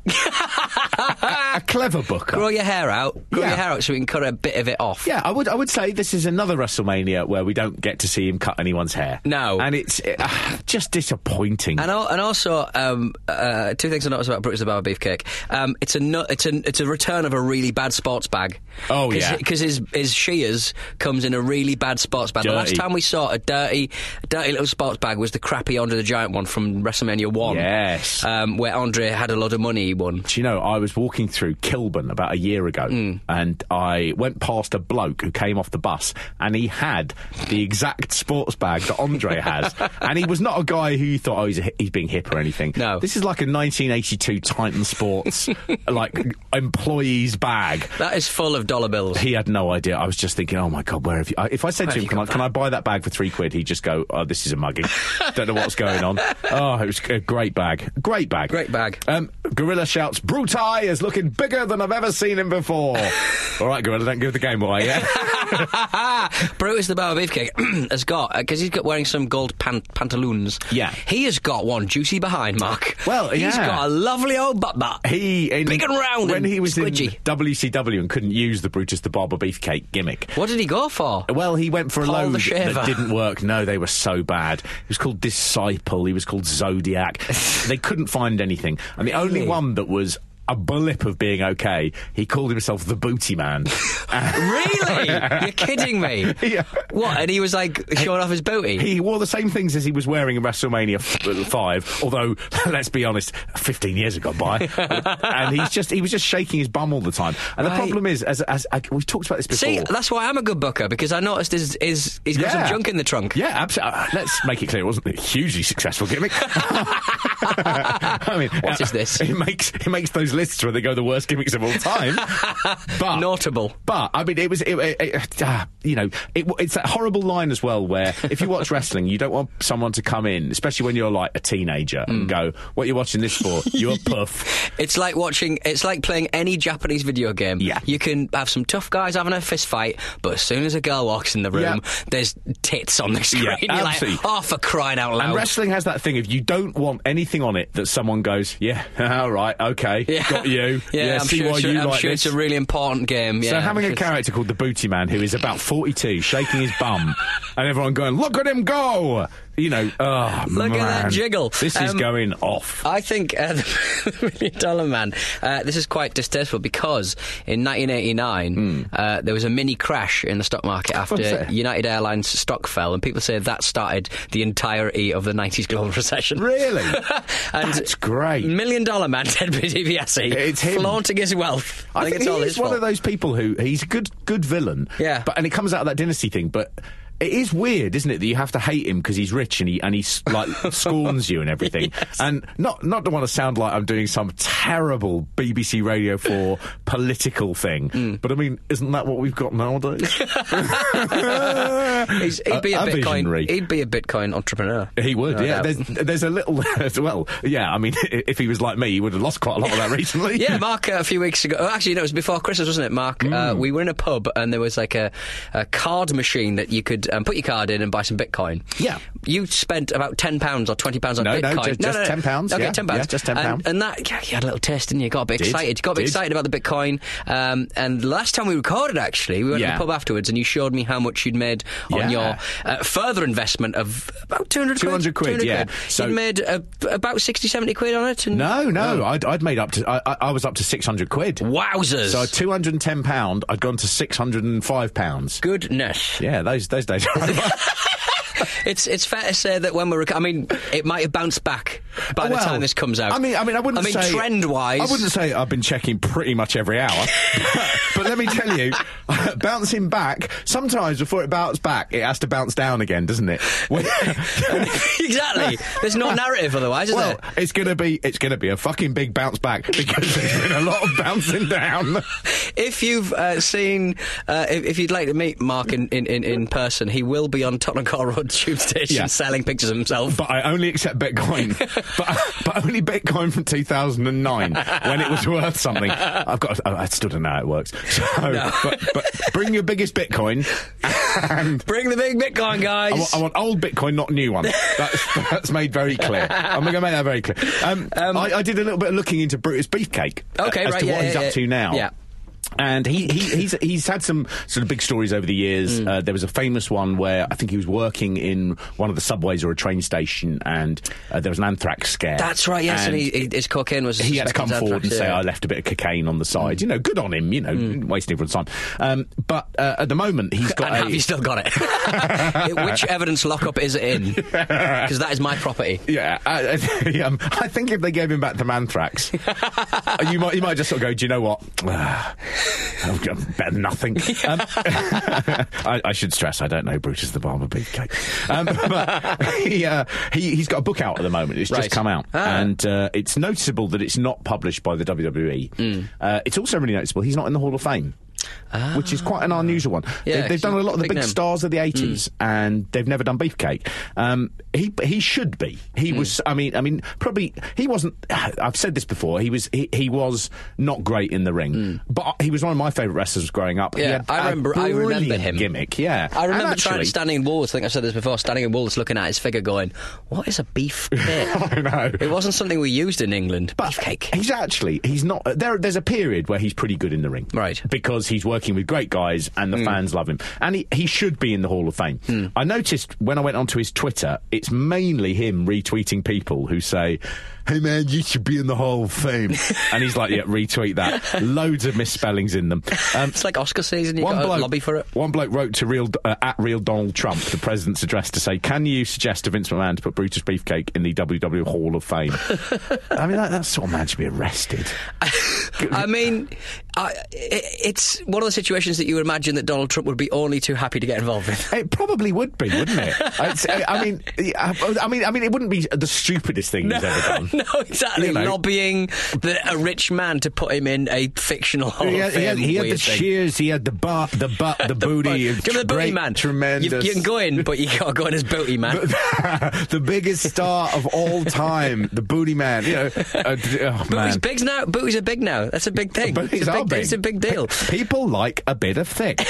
Speaker 1: a clever booker.
Speaker 2: Grow your hair out. Grow
Speaker 1: Yeah.
Speaker 2: your hair out so we can cut a bit of it off.
Speaker 1: yeah, I would. I would say this is another WrestleMania where we don't get to see him cut anyone's hair.
Speaker 2: No.
Speaker 1: and it's uh, just disappointing.
Speaker 2: And, al- and also, um, uh, two things I noticed about Brutus the Barber Beefcake. Um, it's a nu- it's a it's a return of a really bad sports bag.
Speaker 1: Oh, yeah.
Speaker 2: because his his shears comes in a really bad sports bag. The last
Speaker 1: Dirty.
Speaker 2: time we saw a dirty, dirty little sports bag was the crappy Andre the Giant one from WrestleMania One.
Speaker 1: Yes.
Speaker 2: um, where Andre had a lot of money. He won.
Speaker 1: Do you know, I was walking through Kilburn about a year ago and I went past a bloke who came off the bus and he had the exact sports bag that Andre has. And he was not a guy who you thought, oh, he's, a, hi- he's being hip or anything.
Speaker 2: No.
Speaker 1: This is like a 1982 Titan Sports, like, employee's bag.
Speaker 2: That is full of dollar bills.
Speaker 1: He had no idea. I was just thinking, oh my God, where have you? I- If I said
Speaker 2: Where
Speaker 1: to him,
Speaker 2: have you
Speaker 1: can
Speaker 2: got
Speaker 1: I, can I buy that bag for three quid? He'd just go, oh, this is a mugging. Don't know what's going on. Oh, it was a great bag. Great bag.
Speaker 2: Great bag.
Speaker 1: Um, Gorilla shouts, Brutai is looking bigger than I've ever seen him
Speaker 2: [laughs]
Speaker 1: before. All right, Gorilla, don't give the game away, yeah?
Speaker 2: [laughs] Brutus the Barber Beefcake [clears throat] has got because he's got wearing some gold pan- pantaloons.
Speaker 1: Yeah.
Speaker 2: he has got one juicy behind. Mark.
Speaker 1: Well,
Speaker 2: he's
Speaker 1: yeah.
Speaker 2: got a lovely old butt butt.
Speaker 1: He in,
Speaker 2: Big and round
Speaker 1: when
Speaker 2: and
Speaker 1: he was
Speaker 2: squidgy.
Speaker 1: in WCW and couldn't use the Brutus the Barber Beefcake gimmick.
Speaker 2: What did he
Speaker 1: [laughs]
Speaker 2: go for?
Speaker 1: Well, he went for a
Speaker 2: Paul
Speaker 1: load
Speaker 2: the Shaver.
Speaker 1: that didn't work. No, they were so bad. He was called
Speaker 2: [laughs]
Speaker 1: Disciple. He was called Zodiac. they couldn't find anything, and the only one that was a blip of being okay, he called himself the Booty
Speaker 2: [laughs]
Speaker 1: Man. [laughs]
Speaker 2: Really? You're kidding me.
Speaker 1: Yeah.
Speaker 2: What? And he was like showing off his booty.
Speaker 1: He wore the same things as he was wearing in WrestleMania f- 5, although, [laughs] let's be honest, 15 years ago,
Speaker 2: [laughs]
Speaker 1: by. and he's just, he was just shaking his bum all the time. And the
Speaker 2: Right.
Speaker 1: problem is, as, as I, we've talked about this before.
Speaker 2: See, that's why I'm a good booker because I noticed his, his, he's got some junk in the trunk.
Speaker 1: Yeah, absolutely. Let's make it clear, it wasn't a hugely successful gimmick. [laughs] I mean,
Speaker 2: What is this?
Speaker 1: [laughs] It makes it makes those lists where they go the worst gimmicks of all
Speaker 2: [laughs]
Speaker 1: time. but
Speaker 2: Notable.
Speaker 1: But I mean, it was it, it, it, ah, you know it, it's that horrible line as well where if you watch wrestling, you don't want someone to come in, especially when you're like a teenager,
Speaker 2: Mm.
Speaker 1: and go, "What are you watching this for?
Speaker 2: [laughs]
Speaker 1: You're a puff."
Speaker 2: It's like watching. It's like playing any Japanese video game.
Speaker 1: Yeah.
Speaker 2: You can have some tough guys having a fist fight, but as soon as a girl walks in the room,
Speaker 1: Yeah.
Speaker 2: there's tits on the screen. [laughs]
Speaker 1: Yeah,
Speaker 2: You're
Speaker 1: absolutely.
Speaker 2: like, oh, for crying out
Speaker 1: And
Speaker 2: loud.
Speaker 1: wrestling has that thing if you don't want anything on it that someone goes, yeah, [laughs] all right, okay, got you.
Speaker 2: [laughs] [laughs] Yeah, I'm
Speaker 1: see
Speaker 2: sure,
Speaker 1: why
Speaker 2: it's a-
Speaker 1: you
Speaker 2: I'm
Speaker 1: like
Speaker 2: sure
Speaker 1: this.
Speaker 2: it's a really important game. Yeah,
Speaker 1: so
Speaker 2: I'm
Speaker 1: having
Speaker 2: sure
Speaker 1: a
Speaker 2: it's-
Speaker 1: character called the Booty Man who is about 42 shaking his
Speaker 2: [laughs]
Speaker 1: bum and everyone going, look at him go! You know, oh,
Speaker 2: Look at that
Speaker 1: man.
Speaker 2: jiggle.
Speaker 1: This is
Speaker 2: Um,
Speaker 1: going off.
Speaker 2: I think uh, [laughs] the Million Dollar Man. Uh, this is quite distasteful because in 1989 uh, there was a mini crash in the stock market
Speaker 1: Was
Speaker 2: after
Speaker 1: Hmm. there?
Speaker 2: United Airlines stock fell, and people say that started the entirety of the 90s global [laughs] recession.
Speaker 1: Really?
Speaker 2: and
Speaker 1: That's great.
Speaker 2: Million Dollar Man, [laughs] Ted DiBiase,
Speaker 1: It's him.
Speaker 2: flaunting his wealth. I, think,
Speaker 1: think
Speaker 2: it's all
Speaker 1: he
Speaker 2: his
Speaker 1: is one
Speaker 2: fault.
Speaker 1: of those people who he's a good good villain.
Speaker 2: Yeah.
Speaker 1: But and it comes out of that dynasty thing, but it is weird, isn't it, that you have to hate him because he's rich and he and he's
Speaker 2: [laughs]
Speaker 1: like scorns you and everything. And not not to want to sound like I'm doing some terrible BBC Radio
Speaker 2: [laughs]
Speaker 1: 4 political thing,
Speaker 2: Hmm.
Speaker 1: but I mean, isn't that what we've got nowadays?
Speaker 2: [laughs]
Speaker 1: [laughs]
Speaker 2: He's- he'd be a,
Speaker 1: a
Speaker 2: Bitcoin.
Speaker 1: visionary.
Speaker 2: He'd be a Bitcoin entrepreneur.
Speaker 1: He would,
Speaker 2: No
Speaker 1: yeah.
Speaker 2: doubt.
Speaker 1: There's, there's a little, [laughs] well, yeah. I mean, [laughs] if he was like me, he would have lost quite a lot of that recently.
Speaker 2: [laughs] Yeah, Mark, uh, a few weeks ago. oh, Actually, no, it was before Christmas, wasn't it, Mark?
Speaker 1: Mm.
Speaker 2: Uh, we were in a pub and there was like a, a card machine that you could um, put your card in and buy some Bitcoin.
Speaker 1: Yeah.
Speaker 2: You spent about £10 or £20 on
Speaker 1: No,
Speaker 2: Bitcoin.
Speaker 1: no, ju- just £10,
Speaker 2: Okay,
Speaker 1: yeah.
Speaker 2: £10.
Speaker 1: Yeah, just £10.
Speaker 2: And, and that, yeah, you had a little test, didn't you? Got a bit
Speaker 1: Did,
Speaker 2: excited. You got a bit
Speaker 1: did.
Speaker 2: excited about the Bitcoin. Um, and the last time we recorded, actually, we went to
Speaker 1: Yeah.
Speaker 2: the pub afterwards and you showed me how much you'd made on
Speaker 1: Yeah.
Speaker 2: your uh, further investment of about 200 quid.
Speaker 1: 200 quid, yeah.
Speaker 2: So
Speaker 1: So-
Speaker 2: you made uh, about 60, 70 quid on it. And
Speaker 1: No, no. I'd, I'd made up to. I, I- I was up to six hundred quid.
Speaker 2: Wowzers.
Speaker 1: So two hundred and ten pound. I'd gone to six hundred and five pounds.
Speaker 2: Goodness.
Speaker 1: Yeah, those those days. Are over.
Speaker 2: [laughs] It's it's fair to say that when we're, rec- I mean, it might have bounced back by the
Speaker 1: Well,
Speaker 2: time this comes out.
Speaker 1: I mean, I mean, I wouldn't.
Speaker 2: I mean,
Speaker 1: say-
Speaker 2: trend wise,
Speaker 1: I wouldn't say I've been checking pretty much every hour. [laughs] but let me tell you, [laughs] bouncing back. Sometimes before it bounces back, it has to bounce down again, doesn't
Speaker 2: [laughs]
Speaker 1: it? When-
Speaker 2: exactly. There's no narrative otherwise, is
Speaker 1: Well,
Speaker 2: there?
Speaker 1: it's gonna be it's gonna be a fucking big bounce back because there's been a lot of bouncing down.
Speaker 2: If you've uh, seen, uh, if, if you'd like to meet Mark in, in, in, in person, he will be on Tottenham Court Road Tube Station
Speaker 1: Yeah.
Speaker 2: selling pictures of himself.
Speaker 1: But I only accept Bitcoin, but, but only Bitcoin from 2009 when it was worth something. I've got, I I still don't know how it works. So, but, but bring your biggest Bitcoin, and
Speaker 2: Bring the big Bitcoin, guys.
Speaker 1: I want, I want old Bitcoin, not new one. That's,
Speaker 2: [laughs]
Speaker 1: that's made very clear. I'm going to make that very clear. Um, I, I did a little bit of looking into Brutus Beefcake. uh,
Speaker 2: Okay,
Speaker 1: as
Speaker 2: right,
Speaker 1: to what
Speaker 2: yeah,
Speaker 1: he's
Speaker 2: yeah,
Speaker 1: up to now.
Speaker 2: yeah.
Speaker 1: And he, he, he's, he's had some sort of big stories over the years.
Speaker 2: Mm.
Speaker 1: Uh, there was a famous one where I think he was working in one of the subways or a train station and uh, there was an anthrax scare.
Speaker 2: That's right. Yes, and,
Speaker 1: And
Speaker 2: he, he- his cocaine was.
Speaker 1: he had to
Speaker 2: suspected
Speaker 1: come
Speaker 2: anthrax,
Speaker 1: forward and say,
Speaker 2: yeah. Mm.
Speaker 1: I left a bit of cocaine on the side. You know, good on him, you know, wasting everyone's time. Um, but uh, at the moment, he's got
Speaker 2: [laughs] And
Speaker 1: a.
Speaker 2: have
Speaker 1: [laughs]
Speaker 2: you still got it? [laughs] Which evidence lockup is it in? Because that is my property.
Speaker 1: Yeah, I, I, [laughs] um, I think if they gave him back the
Speaker 2: [laughs]
Speaker 1: Manthrax, uh, you might you might just sort of go, do you know what? Ah, I'm g- better than
Speaker 2: [laughs]
Speaker 1: nothing. Um, [laughs] I, I should stress, I don't know Brutus the Barber Beefcake. Um, [laughs] but he, uh, he, he's got a book out at the moment. It's
Speaker 2: Right.
Speaker 1: just come out.
Speaker 2: Ah.
Speaker 1: And uh, it's noticeable that it's not published by the WWE.
Speaker 2: Mm.
Speaker 1: Uh, it's also really noticeable he's not in the Hall of Fame. Which is quite an unusual one.
Speaker 2: Ah. Yeah,
Speaker 1: they, have done a lot of the
Speaker 2: big
Speaker 1: big
Speaker 2: name. Hmm.
Speaker 1: stars stars of the 80s and they've never done beefcake um, he he should be he
Speaker 2: Hmm.
Speaker 1: was i mean i mean probably he wasn't [sighs] i've said this before he was he, he was not great in the ring but he was one of my favorite wrestlers growing up He
Speaker 2: Hmm. Yeah,
Speaker 1: had
Speaker 2: I
Speaker 1: a
Speaker 2: remember- I remember
Speaker 1: brilliant
Speaker 2: him.
Speaker 1: gimmick yeah
Speaker 2: I remember
Speaker 1: And
Speaker 2: trying
Speaker 1: actually-
Speaker 2: to standing in Woolworths. I think I've said this before. Standing in Woolworths, looking at his figure, going, "What is
Speaker 1: [laughs]
Speaker 2: a beef cake?"
Speaker 1: [laughs] I know.
Speaker 2: It wasn't something we used in England.
Speaker 1: But
Speaker 2: Beefcake.
Speaker 1: uh, He's actually he's not there. There's a period where he's pretty good in the ring,
Speaker 2: Right.
Speaker 1: Because he's he's working with great guys, and the fans love him. And he, he should be in the Hall of Fame. I noticed when I went onto his Twitter, it's mainly him retweeting people who say, Hey man, you should be in the Hall of Fame. and he's like, Yeah, retweet that. Loads of misspellings in them. Um,
Speaker 2: It's like Oscar season. You got to lobby for it.
Speaker 1: One bloke wrote to real uh, at real Donald Trump, the president's address, to say, "Can you suggest to Vince McMahon to put Brutus Beefcake in the WWE Hall of
Speaker 2: [laughs]
Speaker 1: Fame?" I mean, that, that sort of man should be arrested.
Speaker 2: [laughs] I mean, I, it, it's one of the situations that you would imagine that Donald Trump would be only too happy to get involved in.
Speaker 1: It probably would be, wouldn't it? It's- uh, I, I mean, I, I mean, I mean, it wouldn't be the stupidest thing [laughs] he's ever done.
Speaker 2: [laughs] no, exactly.
Speaker 1: You know.
Speaker 2: Lobbying the, a rich man to put him in a fictional Hall
Speaker 1: He had,
Speaker 2: of Fame.
Speaker 1: he had- he had
Speaker 2: Oh, weird
Speaker 1: the
Speaker 2: thing.
Speaker 1: shears, he had the butt, the butt,
Speaker 2: [laughs]
Speaker 1: the, booty.
Speaker 2: Do you remember the booty
Speaker 1: Great,
Speaker 2: man?
Speaker 1: Tremendous.
Speaker 2: You, you can go [laughs] in, but you got to go in as booty man.
Speaker 1: [laughs] the biggest star of all time, the booty man. You know, uh, d- oh,
Speaker 2: Booties
Speaker 1: man.
Speaker 2: bigs now. Booties are big now. That's a big thing.
Speaker 1: But
Speaker 2: it's,
Speaker 1: it's
Speaker 2: a
Speaker 1: our
Speaker 2: big,
Speaker 1: big.
Speaker 2: it's a
Speaker 1: [laughs]
Speaker 2: big deal.
Speaker 1: Pe- People like a bit of
Speaker 2: [laughs]
Speaker 1: thick.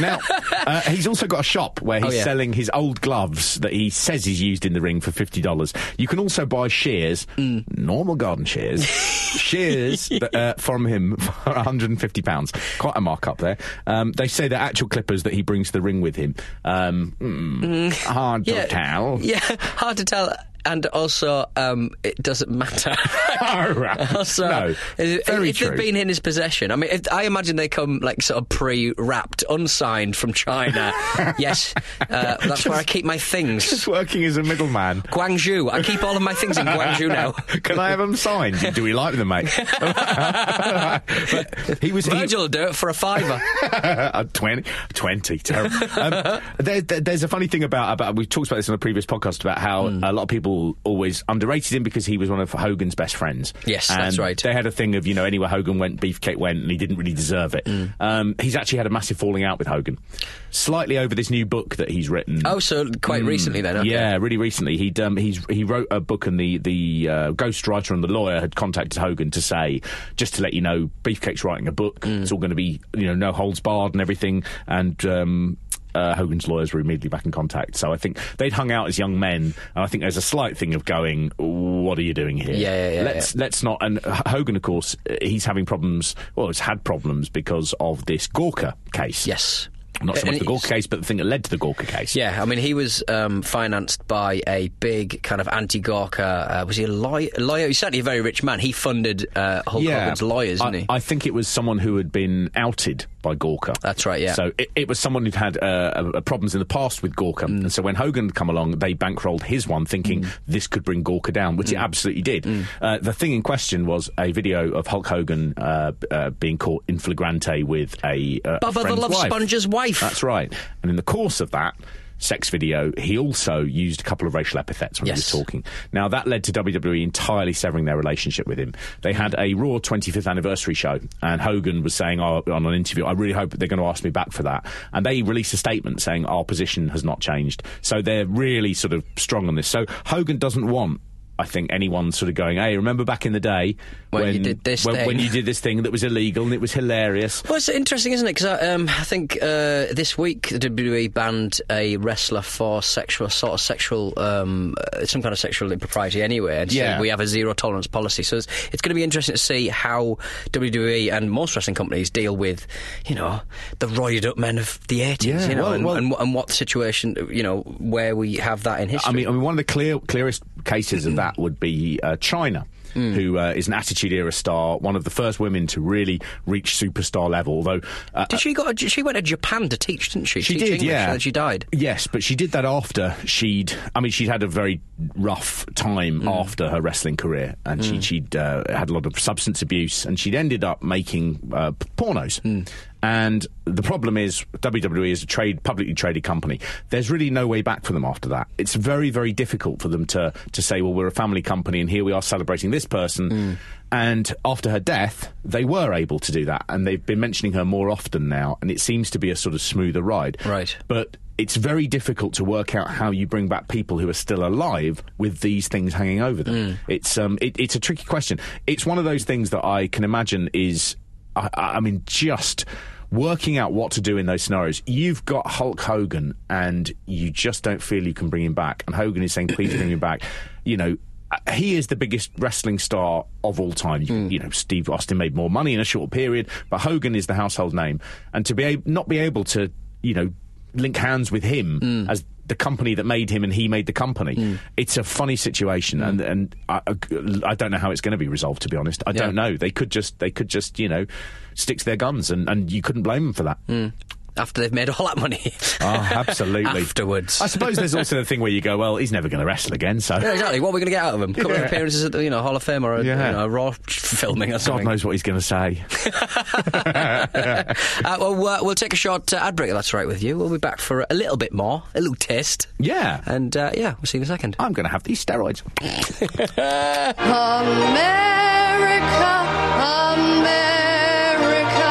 Speaker 1: now, uh, he's also got a shop where he's
Speaker 2: Oh, yeah.
Speaker 1: selling his old gloves that he says he's used in the ring for fifty dollars. You can also buy shears,
Speaker 2: Mm.
Speaker 1: normal garden
Speaker 2: [laughs]
Speaker 1: shears, shears that, uh, from him [laughs] for one hundred and fifty pounds. Quite a markup there. Um, they say they're actual clippers that he brings to the ring with him. Um, mm, Hard to tell.
Speaker 2: Yeah, hard to tell. And also, um, it doesn't matter. [laughs]
Speaker 1: All right. [laughs]
Speaker 2: also,
Speaker 1: no,
Speaker 2: if,
Speaker 1: very
Speaker 2: uh, if
Speaker 1: true.
Speaker 2: they've been in his possession, I mean, if, I imagine they come like sort of pre-wrapped, unsigned
Speaker 1: [laughs]
Speaker 2: from China. yes, uh, that's where I keep my things.
Speaker 1: just working as a middleman.
Speaker 2: Guangzhou. I keep all of my things in Guangzhou now.
Speaker 1: [laughs] Can I have them signed? Do we like them,
Speaker 2: [laughs]
Speaker 1: mate? But he was. he-
Speaker 2: Virgil will do it for a fiver.
Speaker 1: [laughs] Uh, 20, 20 terrible. Um, there, there- there's a funny thing about about we talked about this on a previous podcast about how
Speaker 2: Hmm.
Speaker 1: a lot of people always underrated him because he was one of Hogan's best friends.
Speaker 2: Yes,
Speaker 1: And
Speaker 2: that's right.
Speaker 1: They had a thing of you know anywhere Hogan went, Beefcake went, and he didn't really deserve it.
Speaker 2: Hmm.
Speaker 1: Um, he's actually had a massive falling out with Hogan, slightly over this new book that he's written.
Speaker 2: oh, so quite recently then. okay.
Speaker 1: Hmm. Yeah, really recently he um, he's he wrote a book and the the uh, ghostwriter and the lawyer had contacted Hogan to say just to let you know Beefcake's writing a book.
Speaker 2: Mm.
Speaker 1: It's all going to be you know no holds barred and everything and. Um, uh, Hogan's lawyers were immediately back in contact, so I think they'd hung out as young men, and I think there's a slight thing of going, "What are you doing here?"
Speaker 2: Yeah, yeah, yeah,
Speaker 1: Let's let's not. And H- Hogan, of course, uh, he's having problems. Well, he's had problems because of this Gorka case.
Speaker 2: Yes.
Speaker 1: not so
Speaker 2: And
Speaker 1: much the
Speaker 2: it's-
Speaker 1: Gorka case, but the thing that led to the Gorka case.
Speaker 2: Yeah, I mean, he was um, financed by a big kind of anti-Gorka. Uh, was he a lawyer? lawyer? He's certainly a very rich man. He funded uh, Hulk Hogan's lawyers,
Speaker 1: I,
Speaker 2: didn't he?
Speaker 1: I think it was someone who had been outed by Gorka.
Speaker 2: That's right, yeah.
Speaker 1: So it, it was someone who'd had uh, uh, problems in the past with Gorka.
Speaker 2: Mm.
Speaker 1: And so when Hogan had come along, they bankrolled his one, thinking this could bring Gorka down, which it
Speaker 2: Mm.
Speaker 1: absolutely did. Uh, the thing in question was a video of Hulk Hogan uh, b- uh, being caught in flagrante with a. Uh, a
Speaker 2: Bubba the
Speaker 1: friend's
Speaker 2: Love
Speaker 1: wife.
Speaker 2: Sponge's wife.
Speaker 1: That's right. And in the course of that sex video, he also used a couple of racial epithets when
Speaker 2: Yes.
Speaker 1: he was talking. Now, that led to WWE entirely severing their relationship with him. They had a Raw 25th anniversary show, and Hogan was saying oh, on an interview, I really hope they're going to ask me back for that. And they released a statement saying, Our position has not changed. So they're really sort of strong on this. So Hogan doesn't want. I think anyone sort of going, hey, remember back in the day
Speaker 2: When you did this
Speaker 1: when, when
Speaker 2: thing."
Speaker 1: you did this thing that was illegal and it was hilarious.
Speaker 2: well, it's interesting, isn't it? Because I, um, I think uh, this week the WWE banned a wrestler for sexual sort of sexual, um, uh, some kind of sexual impropriety anyway. And so
Speaker 1: Yeah.
Speaker 2: we have a zero tolerance policy. So it's, it's going to be interesting to see how WWE and most wrestling companies deal with, you know, the roided up men of the 80s,
Speaker 1: Yeah,
Speaker 2: you know,
Speaker 1: well-
Speaker 2: and,
Speaker 1: well-
Speaker 2: and, and what situation, you know, where we have that in history.
Speaker 1: I mean, I mean, one of the clear, clearest cases of that would be uh, China. Who uh, is an Attitude Era star, one of the first women to really reach superstar level. Although uh,
Speaker 2: did she got? She went to Japan to teach, didn't she?
Speaker 1: she
Speaker 2: Teach
Speaker 1: did,
Speaker 2: English,
Speaker 1: yeah.
Speaker 2: And then she died.
Speaker 1: Yes, but she did that after she'd. I mean, she'd had a very rough time after her wrestling career, and she, she'd uh, had a lot of substance abuse, and she'd ended up making uh, p- pornos. And the problem is, WWE is a trade publicly traded company. There's really no way back for them after that. It's very, very difficult for them to to say, well, we're a family company, and here we are celebrating this person. And after her death, they were able to do that, and they've been mentioning her more often now, and it seems to be a sort of smoother ride.
Speaker 2: Right.
Speaker 1: But it's very difficult to work out how you bring back people who are still alive with these things hanging over them. It's um, it, it's a tricky question. It's one of those things that I can imagine is, I, I I mean, just working out what to do in those scenarios. You've got Hulk Hogan, and you just don't feel you can bring him back. And Hogan is saying, "Please bring him back." You know. uh, he is the biggest wrestling star of all time. You, you know, Steve Austin made more money in a short period, but Hogan is the household name, and to be ab- not be able to, you know, link hands with him
Speaker 2: Mm.
Speaker 1: as the company that made him and he made the company. It's a funny situation, and
Speaker 2: Mm.
Speaker 1: and I, I don't know how it's going to be resolved. To be honest, I don't know. They could just they could just you know stick to their guns, and and you couldn't blame them for that.
Speaker 2: Mm. after they've made all that money.
Speaker 1: Oh, absolutely.
Speaker 2: [laughs] Afterwards.
Speaker 1: I suppose there's also the thing where you go, well, he's never going to wrestle again, so
Speaker 2: Yeah, exactly. What are we going to get out of him? A couple of appearances at the you know, Hall of Fame or a,
Speaker 1: Yeah.
Speaker 2: you know, a Raw filming or
Speaker 1: God
Speaker 2: something.
Speaker 1: knows what he's going to
Speaker 2: [laughs]
Speaker 1: say.
Speaker 2: Uh, well, uh, we'll take a short uh, ad break if that's right with you. We'll be back for a little bit more, a little taste.
Speaker 1: Yeah.
Speaker 2: And uh, yeah, we'll see you in a second.
Speaker 1: I'm going to have these steroids.
Speaker 3: America, America,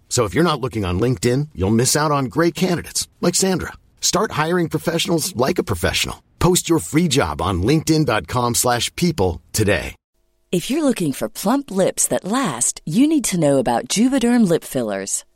Speaker 4: So if you're not looking on LinkedIn, you'll miss out on great candidates like Sandra. Start hiring professionals like a professional. Post your free job on linkedin.com/people slash people today.
Speaker 5: If you're looking for plump lips that last, you need to know about Juvederm lip fillers.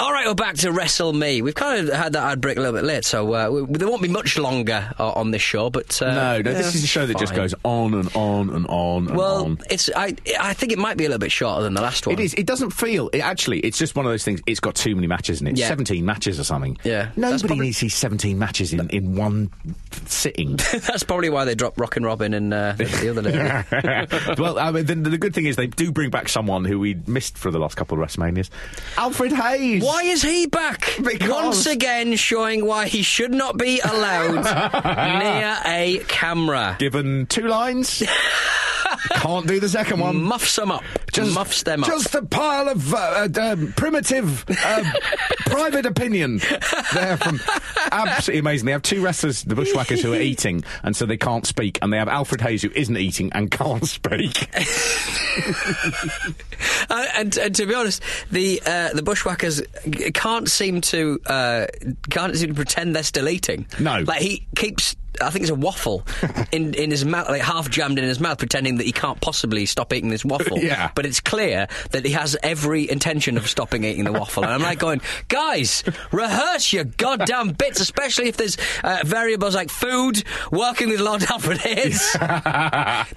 Speaker 2: All right, we're back to Wrestle Me. We've kind of had that ad break a little bit late, so uh, we, there won't be much longer uh, on this show. But uh,
Speaker 1: no, no, this
Speaker 2: yeah,
Speaker 1: is a show that just
Speaker 2: fine.
Speaker 1: goes on and on and on and
Speaker 2: Well,
Speaker 1: on.
Speaker 2: it's I I think it might be a little bit shorter than the last one.
Speaker 1: It is. It doesn't feel. It actually, it's just one of those things. It's got too many matches in it.
Speaker 2: Yeah.
Speaker 1: Seventeen matches or something.
Speaker 2: Yeah. That's
Speaker 1: Nobody
Speaker 2: probably-
Speaker 1: needs these seventeen matches in, in one
Speaker 2: [laughs]
Speaker 1: sitting.
Speaker 2: That's probably why they dropped Rock and Robin and uh, the-
Speaker 1: [laughs]
Speaker 2: the other lady.
Speaker 1: well, I mean, the, the good thing is they do bring back someone who we missed for the last couple of WrestleManias. Alfred Hayes.
Speaker 2: Why is he back?
Speaker 1: [laughs] Because-
Speaker 2: Once again, showing why he should not
Speaker 1: [laughs]
Speaker 2: be allowed near a camera.
Speaker 1: Given two
Speaker 2: [laughs]
Speaker 1: lines, can't do the second one.
Speaker 2: Muffs them up. muffs them up.
Speaker 1: Just a pile of uh, uh, um, primitive
Speaker 2: [laughs]
Speaker 1: uh, private opinion there from absolutely amazing. They have two wrestlers, the Bushwhackers,
Speaker 2: [laughs]
Speaker 1: who are eating, and so they can't speak. And they have Alfred Hayes, who isn't eating and can't
Speaker 2: [laughs]
Speaker 1: speak.
Speaker 2: Uh, and, and to be honest, the uh, the bushwhackers g- can't seem to uh, can't seem to pretend they're still eating.
Speaker 1: No.
Speaker 2: like he keeps I think it's
Speaker 1: [laughs]
Speaker 2: a waffle in in his mouth, like half jammed in his mouth, pretending that he can't possibly stop eating this
Speaker 1: [laughs]
Speaker 2: waffle.
Speaker 1: Yeah.
Speaker 2: But it's clear that he has every intention of stopping eating the waffle. And I'm like going, guys, rehearse your goddamn bits, especially if there's uh, variables like food, working with Lord
Speaker 1: [laughs]
Speaker 2: Alfred Hayes.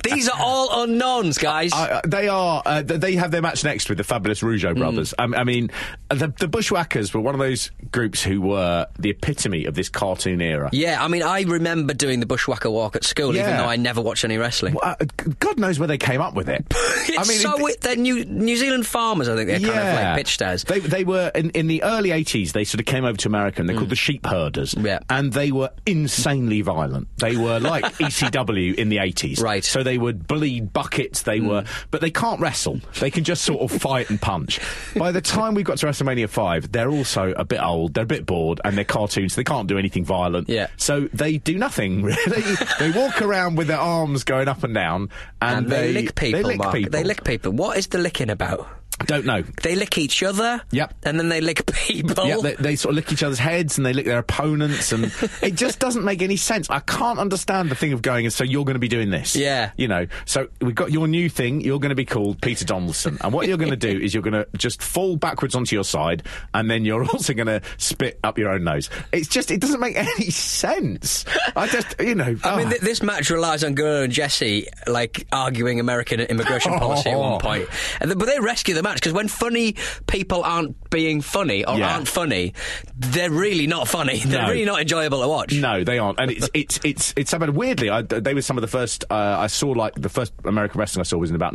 Speaker 2: These are all unknowns, guys.
Speaker 1: I, I- they are. Uh, th- they have their match next with the fabulous
Speaker 2: Mm.
Speaker 1: Rougeau brothers. Um, I mean, uh, the, the Bushwhackers were one of those groups who were the epitome of this cartoon era.
Speaker 2: yeah, I mean, I remember doing the bushwhacker walk at school, even
Speaker 1: Yeah.
Speaker 2: though I never watched any wrestling.
Speaker 1: Uh, g- God knows where they came up with it.
Speaker 2: [laughs] It's so
Speaker 1: it-
Speaker 2: weird. They're New, New Zealand farmers, I think they're kind of like pitched as.
Speaker 1: They, they were in, in the early 80s, they sort of came over to America and they're called the sheep herders.
Speaker 2: Mm. Yeah.
Speaker 1: And they were insanely violent. They were like
Speaker 2: [laughs]
Speaker 1: ECW in the 80s.
Speaker 2: Right. Mm.
Speaker 1: So they would bleed buckets, they were, but they can't wrestle. They can just sort of fight and punch. By the time we got to WrestleMania 5, they're also a bit old, they're a bit bored, and they're cartoons, they can't do anything violent.
Speaker 2: Yeah.
Speaker 1: So they do nothing, [laughs] really. they walk around with their arms going up and down, and,
Speaker 2: and they, lick people,
Speaker 1: They lick
Speaker 2: Mark.
Speaker 1: people.
Speaker 2: They lick people. What is the licking about?
Speaker 1: Don't know.
Speaker 2: They lick each other.
Speaker 1: Yep.
Speaker 2: And then they lick [laughs] people.
Speaker 1: Yeah, they, they sort of lick each other's heads and they lick their opponents,
Speaker 2: [laughs]
Speaker 1: and it just doesn't make any sense. I can't understand the thing of going and so you're going to be doing this.
Speaker 2: Yeah.
Speaker 1: you know. So we've got your new thing. You're going to be called Peter Donaldson, and what you're going to
Speaker 2: [laughs]
Speaker 1: do is you're going to just fall backwards onto your side, and then you're [laughs] also going to spit up your own nose. It's just it doesn't make [laughs] any sense. I just you know.
Speaker 2: I mean,
Speaker 1: ah.
Speaker 2: th- this match relies on Guerrero and Jesse like arguing
Speaker 1: [laughs]
Speaker 2: American immigration policy at
Speaker 1: Oh.
Speaker 2: one point, and th- but they rescue the match because when funny people aren't being funny or
Speaker 1: Yeah.
Speaker 2: aren't funny, they're really not funny. [laughs] They're
Speaker 1: No.
Speaker 2: really not enjoyable to watch.
Speaker 1: No, they aren't, and it's it's it's it's something weirdly. I, they were some of the first uh, I saw. Like the first American wrestling I saw was in about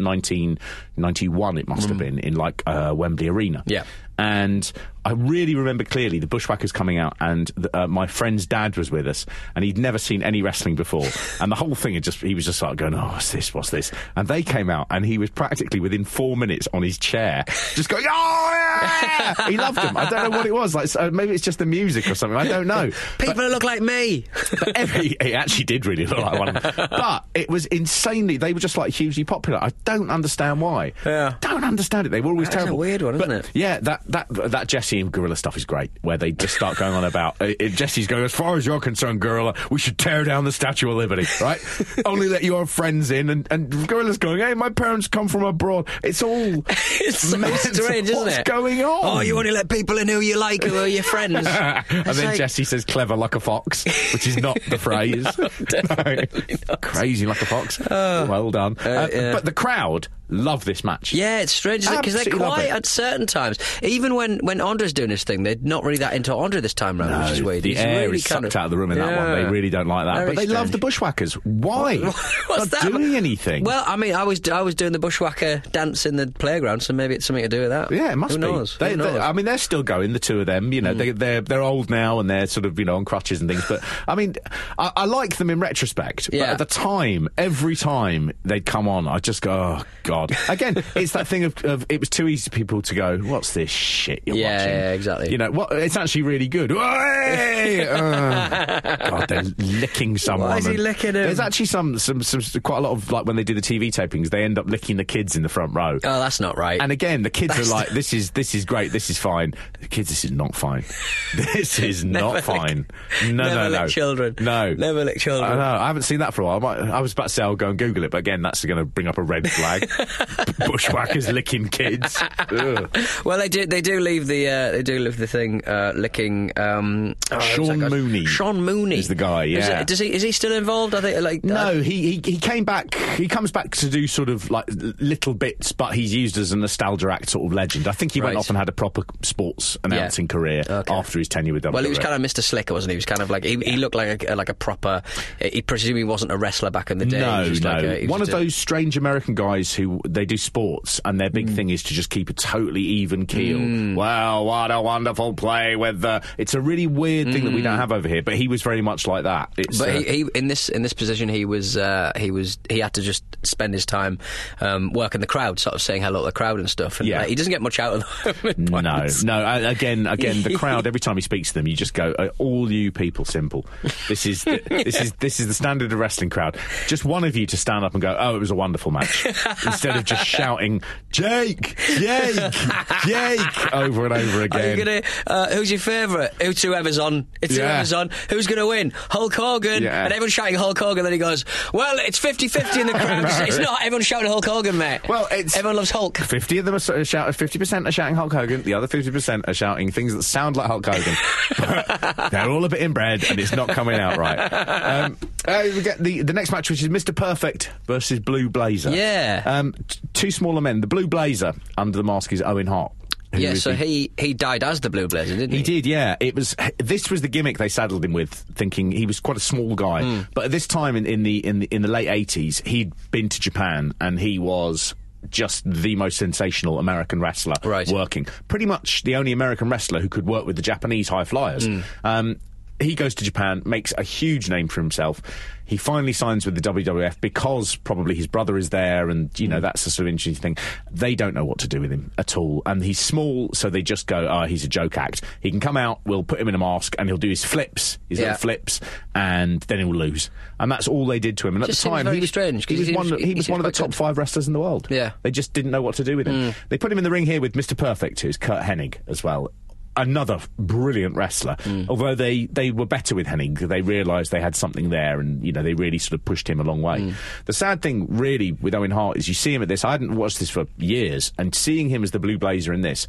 Speaker 1: 1991. It must have been in like uh, Wembley Arena.
Speaker 2: Yeah.
Speaker 1: and I really remember clearly the Bushwhackers coming out, and the, uh, my friend's dad was with us, and he'd never seen any wrestling before, and the whole thing had just he was just like going, "Oh, what's this? What's this?" And they came out, and he was practically within four minutes on his chair, just going, "Oh yeah!" he loved them. I don't know what it was. Like so uh, maybe it's just the music or something. I don't know.
Speaker 2: People who look like me.
Speaker 1: [laughs]
Speaker 2: [laughs]
Speaker 1: But every, it actually did really look like one. of them. But it was insanely. They were just like hugely popular. I don't understand why.
Speaker 2: Yeah.
Speaker 1: Don't understand it. They were always
Speaker 2: That's a
Speaker 1: terrible.
Speaker 2: weird one,
Speaker 1: But,
Speaker 2: isn't it?
Speaker 1: Yeah. That that that Jesse and Gorilla stuff is great. Where they just start going on about [laughs] uh, if Jesse's going as far as you're concerned, Gorilla. We should tear down the Statue of Liberty,
Speaker 2: [laughs]
Speaker 1: right? Only let your friends in. And, and Gorilla's going, hey, my parents come from abroad. It's all
Speaker 2: [laughs] it's so
Speaker 1: mental.
Speaker 2: strange, isn't
Speaker 1: What's
Speaker 2: it?
Speaker 1: going on?
Speaker 2: Oh, you only let people in who you like, who are
Speaker 1: [laughs]
Speaker 2: your friends.
Speaker 1: and
Speaker 2: It's
Speaker 1: then
Speaker 2: like-
Speaker 1: Jesse says clever like a fox, which is not
Speaker 2: [laughs]
Speaker 1: the phrase. [laughs] No. Crazy like a fox. well done. Uh,
Speaker 2: yeah.
Speaker 1: But the crowd love this match.
Speaker 2: Yeah, it's strange because they're
Speaker 1: Absolutely love
Speaker 2: quiet
Speaker 1: it.
Speaker 2: at certain times. Even when when Andre's doing his thing, they're not really that into Andre this time round, which is weird.
Speaker 1: The
Speaker 2: He's
Speaker 1: air
Speaker 2: really
Speaker 1: is
Speaker 2: kind
Speaker 1: sucked out of the room in that one. They
Speaker 2: Yeah.
Speaker 1: really don't like that.
Speaker 2: Very
Speaker 1: but they love
Speaker 2: strange.
Speaker 1: the Bushwhackers. Why?
Speaker 2: [laughs] What's
Speaker 1: not
Speaker 2: that?
Speaker 1: doing anything.
Speaker 2: Well, I mean, I was I was doing the bushwhacker dance in the playground, so maybe it's something to do with that.
Speaker 1: Yeah, it must
Speaker 2: Who
Speaker 1: be.
Speaker 2: Knows?
Speaker 1: They,
Speaker 2: Who
Speaker 1: they-
Speaker 2: knows? Mm.
Speaker 1: I mean, they're still going. The two of them, you know, they, they're they're old now and they're sort of you know on crutches and things. But I mean, I, I like them in retrospect. But
Speaker 2: Yeah.
Speaker 1: at the time, every time they'd come on, I just go, oh god.
Speaker 2: [laughs]
Speaker 1: Again, it's that thing of, of it was too easy for people to go, what's this shit you're
Speaker 2: Yeah,
Speaker 1: watching?
Speaker 2: yeah, exactly.
Speaker 1: You know, what? It's actually really
Speaker 2: [laughs]
Speaker 1: good. Hey! Oh, god, they're licking someone.
Speaker 2: Why is he
Speaker 1: and-
Speaker 2: licking him?
Speaker 1: There's actually some, some some quite a lot of like when they do the TV tapings, they end up licking the kids in the front row.
Speaker 2: oh, that's not right.
Speaker 1: And again, the kids are like, "This is this is great. This is fine." The kids, this is not fine. [laughs] This
Speaker 2: [laughs]
Speaker 1: is not
Speaker 2: lick-
Speaker 1: fine. No,
Speaker 2: never
Speaker 1: no,
Speaker 2: lick
Speaker 1: no.
Speaker 2: children.
Speaker 1: No,
Speaker 2: Never lick children.
Speaker 1: I know. I haven't seen that for a while. I, might, I was about to say I'll go and Google it, but again, that's going to bring up a red
Speaker 2: [laughs]
Speaker 1: flag. Bushwhackers licking kids. Ugh.
Speaker 2: well, they do they do leave the uh, they do leave the thing uh, licking. Um, oh, who's
Speaker 1: Sean
Speaker 2: that guy?
Speaker 1: Mooney
Speaker 2: Sean Mooney
Speaker 1: is the guy,
Speaker 2: Is
Speaker 1: yeah.
Speaker 2: it- does he is he still involved? I think like uh, I-
Speaker 1: No, he, he he came back. He comes back to do sort of like l- little bits, but he's used as a nostalgia act sort of legend. I think he
Speaker 2: Right.
Speaker 1: went off and had a proper sports announcing career after his tenure with WWE.
Speaker 2: Well, he was kind of Mr. Slicker, wasn't he? He was kind of like he, he looked like a, like a proper. He presumably wasn't a wrestler back in the day.
Speaker 1: No,
Speaker 2: he was just
Speaker 1: no.
Speaker 2: Like a, he was
Speaker 1: One of
Speaker 2: just a-
Speaker 1: those strange American guys who they do sports and their
Speaker 2: Mm.
Speaker 1: big thing is to just keep a totally even keel. Well, what a wonderful play with the. It's a really weird thing that we don't have over here, but he was very much like that. It's,
Speaker 2: Mm. But
Speaker 1: uh,
Speaker 2: he, he in this in this position he was uh, he was he had to just spend his time um, working the crowd, sort of saying hello to the crowd and stuff. And
Speaker 1: Yeah.
Speaker 2: like, he doesn't get much out of [laughs] them.
Speaker 1: no, no. I- Again, again,
Speaker 2: [laughs]
Speaker 1: the crowd. Every time he speaks to them, you just go, "Uh, "All you people, simple. This is
Speaker 2: [laughs]
Speaker 1: the,
Speaker 2: [laughs]
Speaker 1: this is this is the standard of wrestling crowd. Just one of you to stand up and go, "Oh, it was a wonderful match." Instead, instead of just shouting Jake, Jake, Jake over and over
Speaker 2: [laughs] Are
Speaker 1: again.
Speaker 2: you gonna? Uh, who's your favourite? It's whoever's on. It's
Speaker 1: Yeah.
Speaker 2: whoever's on. Who's gonna win? Hulk Hogan.
Speaker 1: Yeah.
Speaker 2: And everyone's shouting Hulk Hogan. Then he goes, "Well, it's
Speaker 1: [laughs]
Speaker 2: 50-50 in the crowd. It's- It's not. Everyone's shouting Hulk Hogan, mate.
Speaker 1: Well, it's-
Speaker 2: everyone loves Hulk.
Speaker 1: Fifty of them are sort of shout. Fifty percent are shouting Hulk Hogan. The other fifty percent are shouting things that sound like Hulk
Speaker 2: [laughs]
Speaker 1: Hogan. But they're all a bit inbred, and it's not coming out right. Um, uh, we get the the next match, which is Mister Perfect versus Blue Blazer.
Speaker 2: Yeah.
Speaker 1: Um, t- two smaller men. The Blue Blazer under the mask is Owen Hart. who
Speaker 2: Yeah.
Speaker 1: is
Speaker 2: So
Speaker 1: the-
Speaker 2: he he died as the Blue Blazer, didn't he?
Speaker 1: He did, yeah. It was this was the gimmick they saddled him with, thinking he was quite a small guy.
Speaker 2: Hmm.
Speaker 1: But at this time in, in the in the in the late eighties, he'd been to Japan and he was just the most sensational American wrestler
Speaker 2: Right.
Speaker 1: working. Pretty much the only American wrestler who could work with the Japanese high flyers.
Speaker 2: Hmm.
Speaker 1: Um, he goes to Japan, makes a huge name for himself. He finally signs with the WWF because probably his brother is there, and
Speaker 2: Hmm.
Speaker 1: you know that's a sort of interesting thing. They don't know what to do with him at all, and he's small, so they just go, "Ah, he's a joke act. He can come out, we'll put him in a mask, and he'll do his flips, his
Speaker 2: Yeah.
Speaker 1: little flips, and then he'll lose." And that's all they did to him. And
Speaker 2: Just
Speaker 1: at
Speaker 2: seems
Speaker 1: the time,
Speaker 2: very
Speaker 1: he was
Speaker 2: strange, 'cause
Speaker 1: He was
Speaker 2: he
Speaker 1: one,
Speaker 2: seems-
Speaker 1: he
Speaker 2: he
Speaker 1: was
Speaker 2: seems
Speaker 1: one of the
Speaker 2: quite
Speaker 1: top
Speaker 2: good.
Speaker 1: five wrestlers in the world.
Speaker 2: Yeah.
Speaker 1: they just didn't know what to do with him. They put him in the ring here with Mr. Perfect, who's Kurt Hennig as well. Another brilliant wrestler. Although they, they were better with Hennig, they realised they had something there, and you know they really sort of pushed him a long way. The sad thing, really, with Owen Hart is you see him at this. I hadn't watched this for years, and seeing him as the Blue Blazer in this,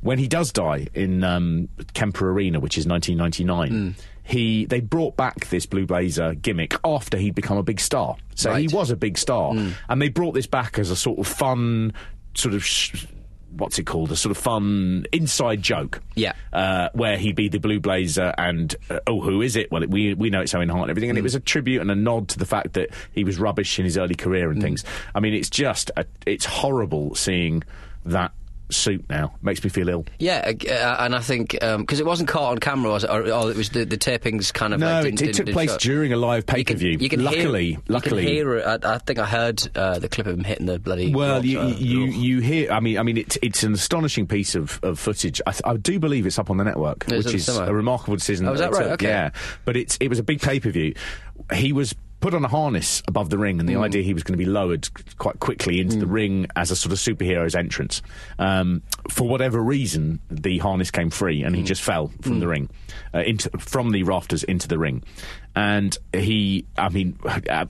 Speaker 1: when he does die in um, Kemper Arena, which is
Speaker 2: Hmm.
Speaker 1: 1999, he they brought back this Blue Blazer gimmick after he'd become a big star. So he
Speaker 2: Right. Hmm.
Speaker 1: was a big star, and they brought this back as a sort of fun, sort of. Sh- What's it called? A sort of fun inside joke.
Speaker 2: Yeah.
Speaker 1: Uh, where he'd be the Blue Blazer and, uh, oh, who is it? Well, it, we, we know it's Owen Hart and everything. And it was a tribute and a nod to the fact that he was rubbish in his early career and things. I mean, it's just, a, it's horrible seeing that suit now. Makes me feel ill.
Speaker 2: Yeah, uh, uh, and I think because it wasn't caught on camera, was it? Or, or it was the, the tapings kind of.
Speaker 1: No,
Speaker 2: like,
Speaker 1: it-
Speaker 2: didn't-
Speaker 1: it
Speaker 2: didn't-
Speaker 1: took
Speaker 2: didn't
Speaker 1: place
Speaker 2: show.
Speaker 1: during a live
Speaker 2: You can-
Speaker 1: pay-per-view.
Speaker 2: You can hear-
Speaker 1: Luckily-
Speaker 2: you can
Speaker 1: luckily.
Speaker 2: hear it. I, I think I heard uh, the clip of him hitting the bloody.
Speaker 1: Well,
Speaker 2: ropes,
Speaker 1: you,
Speaker 2: uh,
Speaker 1: you
Speaker 2: oof.
Speaker 1: you hear. I mean, I mean, it's it's an astonishing piece of, of footage. I, th- I do believe it's up on the network,
Speaker 2: Is
Speaker 1: which
Speaker 2: it
Speaker 1: is
Speaker 2: somewhere?
Speaker 1: a remarkable decision.
Speaker 2: Oh, is
Speaker 1: they
Speaker 2: that right?
Speaker 1: took,
Speaker 2: Okay.
Speaker 1: Yeah, but it's it was a big pay per view. He was put on a harness above the ring, and the
Speaker 2: Hmm.
Speaker 1: idea he was going to be lowered quite quickly into the ring as a sort of superhero's entrance. Um, for whatever reason, the harness came free, and he
Speaker 2: Hmm.
Speaker 1: just fell from the ring, uh, into from the rafters into the ring, and he, I mean, uh,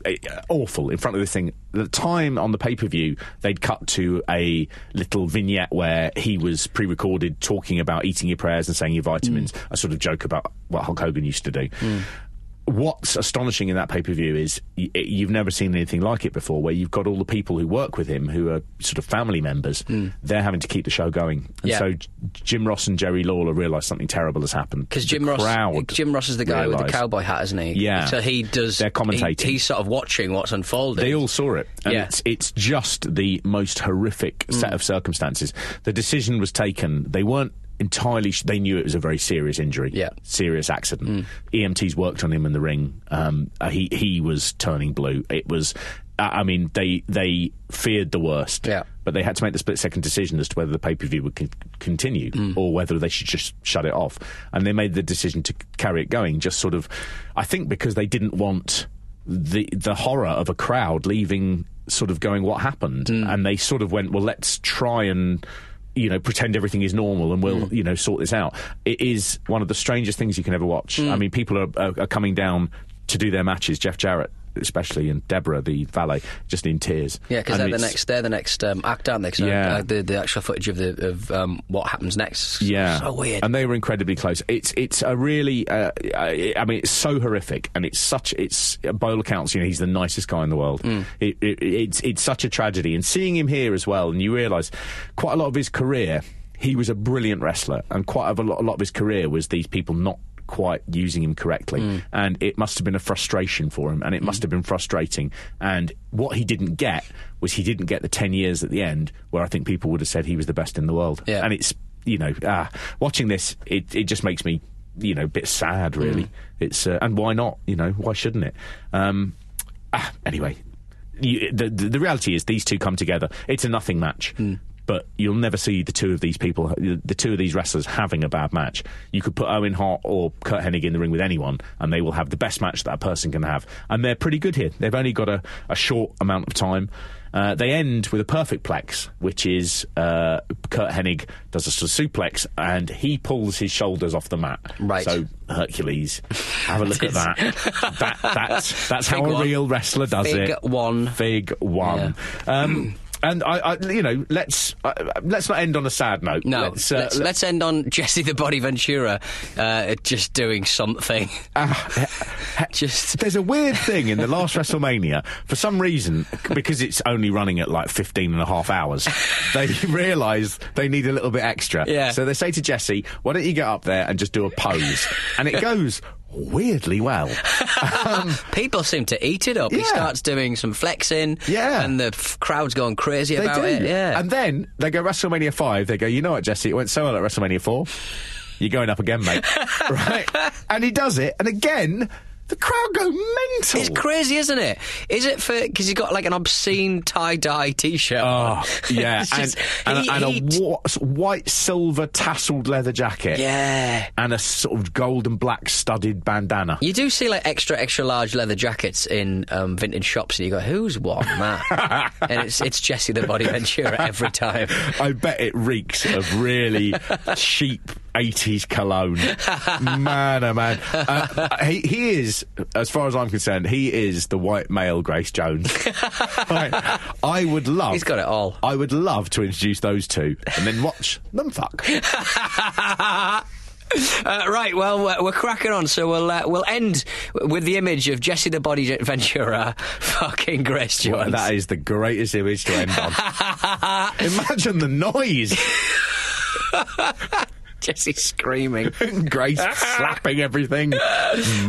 Speaker 1: awful in front of this thing. The time on the pay per view, they'd cut to a little vignette where he was pre recorded talking about eating your prayers and saying your vitamins,
Speaker 2: Mm.
Speaker 1: a sort of joke about what Hulk Hogan used to do what's astonishing in that pay per view is y- you've never seen anything like it before, where you've got all the people who work with him who are sort of family members. They're having to keep the show going, and
Speaker 2: Mm. Yeah.
Speaker 1: so J- Jim Ross and Jerry Lawler realise something terrible has happened
Speaker 2: Because
Speaker 1: The
Speaker 2: Jim Ross,
Speaker 1: crowd
Speaker 2: Jim Ross is the guy with the
Speaker 1: realised.
Speaker 2: cowboy hat, isn't he?
Speaker 1: Yeah.
Speaker 2: So he does.
Speaker 1: They're commentating.
Speaker 2: he- he's sort of watching what's unfolding.
Speaker 1: They all saw it. And
Speaker 2: Yeah. Mm.
Speaker 1: it's, it's just the most horrific set of circumstances. The decision was taken. They weren't entirely. Sh- they knew it was a very serious injury.
Speaker 2: Yeah. Mm.
Speaker 1: Serious accident. EMTs worked on him in the ring. Um, uh, he, he was turning blue. It was. I I mean, they they feared the worst,
Speaker 2: Yeah.
Speaker 1: but they had to make the split second decision as to whether the pay per view would con- continue
Speaker 2: Mm.
Speaker 1: or whether they should just shut it off. And they made the decision to c- carry it going, just sort of, I think, because they didn't want the the horror of a crowd leaving, sort of going, what happened?
Speaker 2: Mm.
Speaker 1: And they sort of went, well, let's try and. You know, pretend everything is normal, and
Speaker 2: Mm.
Speaker 1: we'll you know sort this out. It is one of the strangest things you can ever watch.
Speaker 2: Mm.
Speaker 1: I mean, people are, are, are coming down to do their matches. Jeff Jarrett, especially, and Deborah, the valet, just in tears.
Speaker 2: Yeah, because
Speaker 1: And
Speaker 2: they're the
Speaker 1: it's-
Speaker 2: next they're the next um, act, aren't they? 'Cause, uh,
Speaker 1: Yeah.
Speaker 2: uh, the, the actual footage of the of um, what happens next. is
Speaker 1: Yeah,
Speaker 2: So weird.
Speaker 1: And they were incredibly close. It's it's a really, uh, I, I mean, it's so horrific, and it's such. It's by all accounts, you know, he's the nicest guy in the world.
Speaker 2: Mm.
Speaker 1: It, it, it's it's such a tragedy, and seeing him here as well, and you realise quite a lot of his career, he was a brilliant wrestler, and quite a lot, a lot of his career was these people not quite using him correctly
Speaker 2: Mm.
Speaker 1: and it must have been a frustration for him and it must have been frustrating and what he didn't get was he didn't get the 10 years at the end where i think people would have said he was the best in the world
Speaker 2: Yeah.
Speaker 1: and it's you know ah, watching this it, it just makes me you know a bit sad really it's uh, and why not you know why shouldn't it um ah, anyway you, the, the the reality is these two come together it's a nothing match But you'll never see the two of these people, the two of these wrestlers having a bad match. You could put Owen Hart or Kurt Hennig in the ring with anyone, and they will have the best match that a person can have. And they're pretty good here. They've only got a, a short amount of time. Uh, they end with a perfect plex, which is uh, Kurt Hennig does a sort of suplex and he pulls his shoulders off the mat.
Speaker 2: Right.
Speaker 1: So Hercules, have a look at
Speaker 2: [laughs]
Speaker 1: that. that that's that's how
Speaker 2: Fig
Speaker 1: a
Speaker 2: one.
Speaker 1: real wrestler does
Speaker 2: Fig
Speaker 1: it.
Speaker 2: one.
Speaker 1: Fig one. Um, and I, I, you know, let's uh, let's not end on a sad note.
Speaker 2: No, let's,
Speaker 1: uh,
Speaker 2: let's,
Speaker 1: let-
Speaker 2: end on [laughs] Jesse the Body Ventura uh, just doing something.
Speaker 1: Ah,
Speaker 2: [laughs] just
Speaker 1: There's a weird thing in the last WrestleMania, for some reason, because it's only running at like 15 and a half hours, they [laughs] realise they need a little bit extra.
Speaker 2: Yeah.
Speaker 1: So they say to Jesse, why don't you get up there and just do a pose? and it goes weirdly
Speaker 2: [laughs]
Speaker 1: well.
Speaker 2: people seem to eat it up. He
Speaker 1: Yeah.
Speaker 2: starts doing some flexing,
Speaker 1: Yeah.
Speaker 2: and the f- crowd's going crazy
Speaker 1: They
Speaker 2: about
Speaker 1: do.
Speaker 2: it. Yeah,
Speaker 1: And then they go WrestleMania 5, they go, you know what, Jesse, it went so well at WrestleMania 4, you're going up again, mate. [laughs] right? And he does it, and again, the crowd go mental.
Speaker 2: It's crazy, isn't it? Is it for because he's got like an obscene tie dye T-shirt?
Speaker 1: Oh, yeah.
Speaker 2: [laughs] It's
Speaker 1: and
Speaker 2: just-
Speaker 1: and,
Speaker 2: he-
Speaker 1: and a
Speaker 2: he-
Speaker 1: wa- white, silver, tasseled leather jacket.
Speaker 2: yeah.
Speaker 1: And a sort of gold and black studded bandana.
Speaker 2: You do see like extra extra large leather jackets in um, vintage shops, and you go, "Who's won that?" and it's it's Jesse the Body Ventura every time.
Speaker 1: I bet it reeks of
Speaker 2: [laughs]
Speaker 1: really cheap 80s cologne. Man, oh man. Uh, he, he is, as far as I'm concerned, he is the white male Grace
Speaker 2: [laughs]
Speaker 1: Jones. Right. I would love.
Speaker 2: He's got it all.
Speaker 1: I would love to introduce those two and then watch them fuck.
Speaker 2: uh, right, well, we're, we're cracking on, so we'll uh, we'll end with the image of Jesse the Body Ventura [laughs] fucking Grace
Speaker 1: Well,
Speaker 2: Jones.
Speaker 1: that is the greatest image to end
Speaker 2: [laughs]
Speaker 1: on. Imagine the noise.
Speaker 2: Jesse screaming.
Speaker 1: [laughs] Grace slapping everything.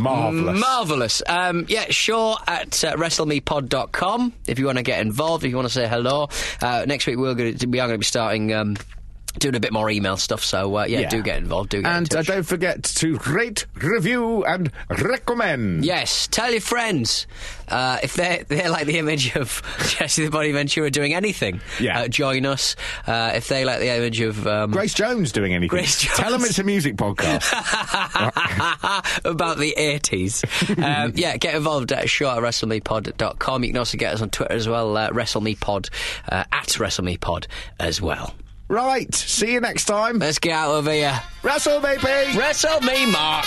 Speaker 1: Marvellous.
Speaker 2: Marvellous. Um, yeah, sure at uh, wrestlemepod.com if you want to get involved, if you want to say hello. Uh, next week we're gonna, we are going to be starting um, doing a bit more email stuff, so uh, yeah,
Speaker 1: Yeah.
Speaker 2: do get involved. Do get in
Speaker 1: and uh,
Speaker 2: touch.
Speaker 1: don't forget to rate, review, and recommend.
Speaker 2: Yes, tell your friends uh, if they're they're like the image of [laughs] Jesse the Body Ventura doing anything.
Speaker 1: Yeah.
Speaker 2: uh, join us uh, if they like the image of um,
Speaker 1: Grace Jones doing anything.
Speaker 2: Grace Jones.
Speaker 1: Tell them it's a music podcast.
Speaker 2: [laughs] about the 80s. um, yeah, get involved at sure at wrestlemepod.com. You can also get us on Twitter as well, uh, wrestlemepod, uh, at wrestlemepod as well.
Speaker 1: right. See you next time.
Speaker 2: Let's get out of here.
Speaker 1: Wrestle, baby.
Speaker 2: Wrestle me, Mark.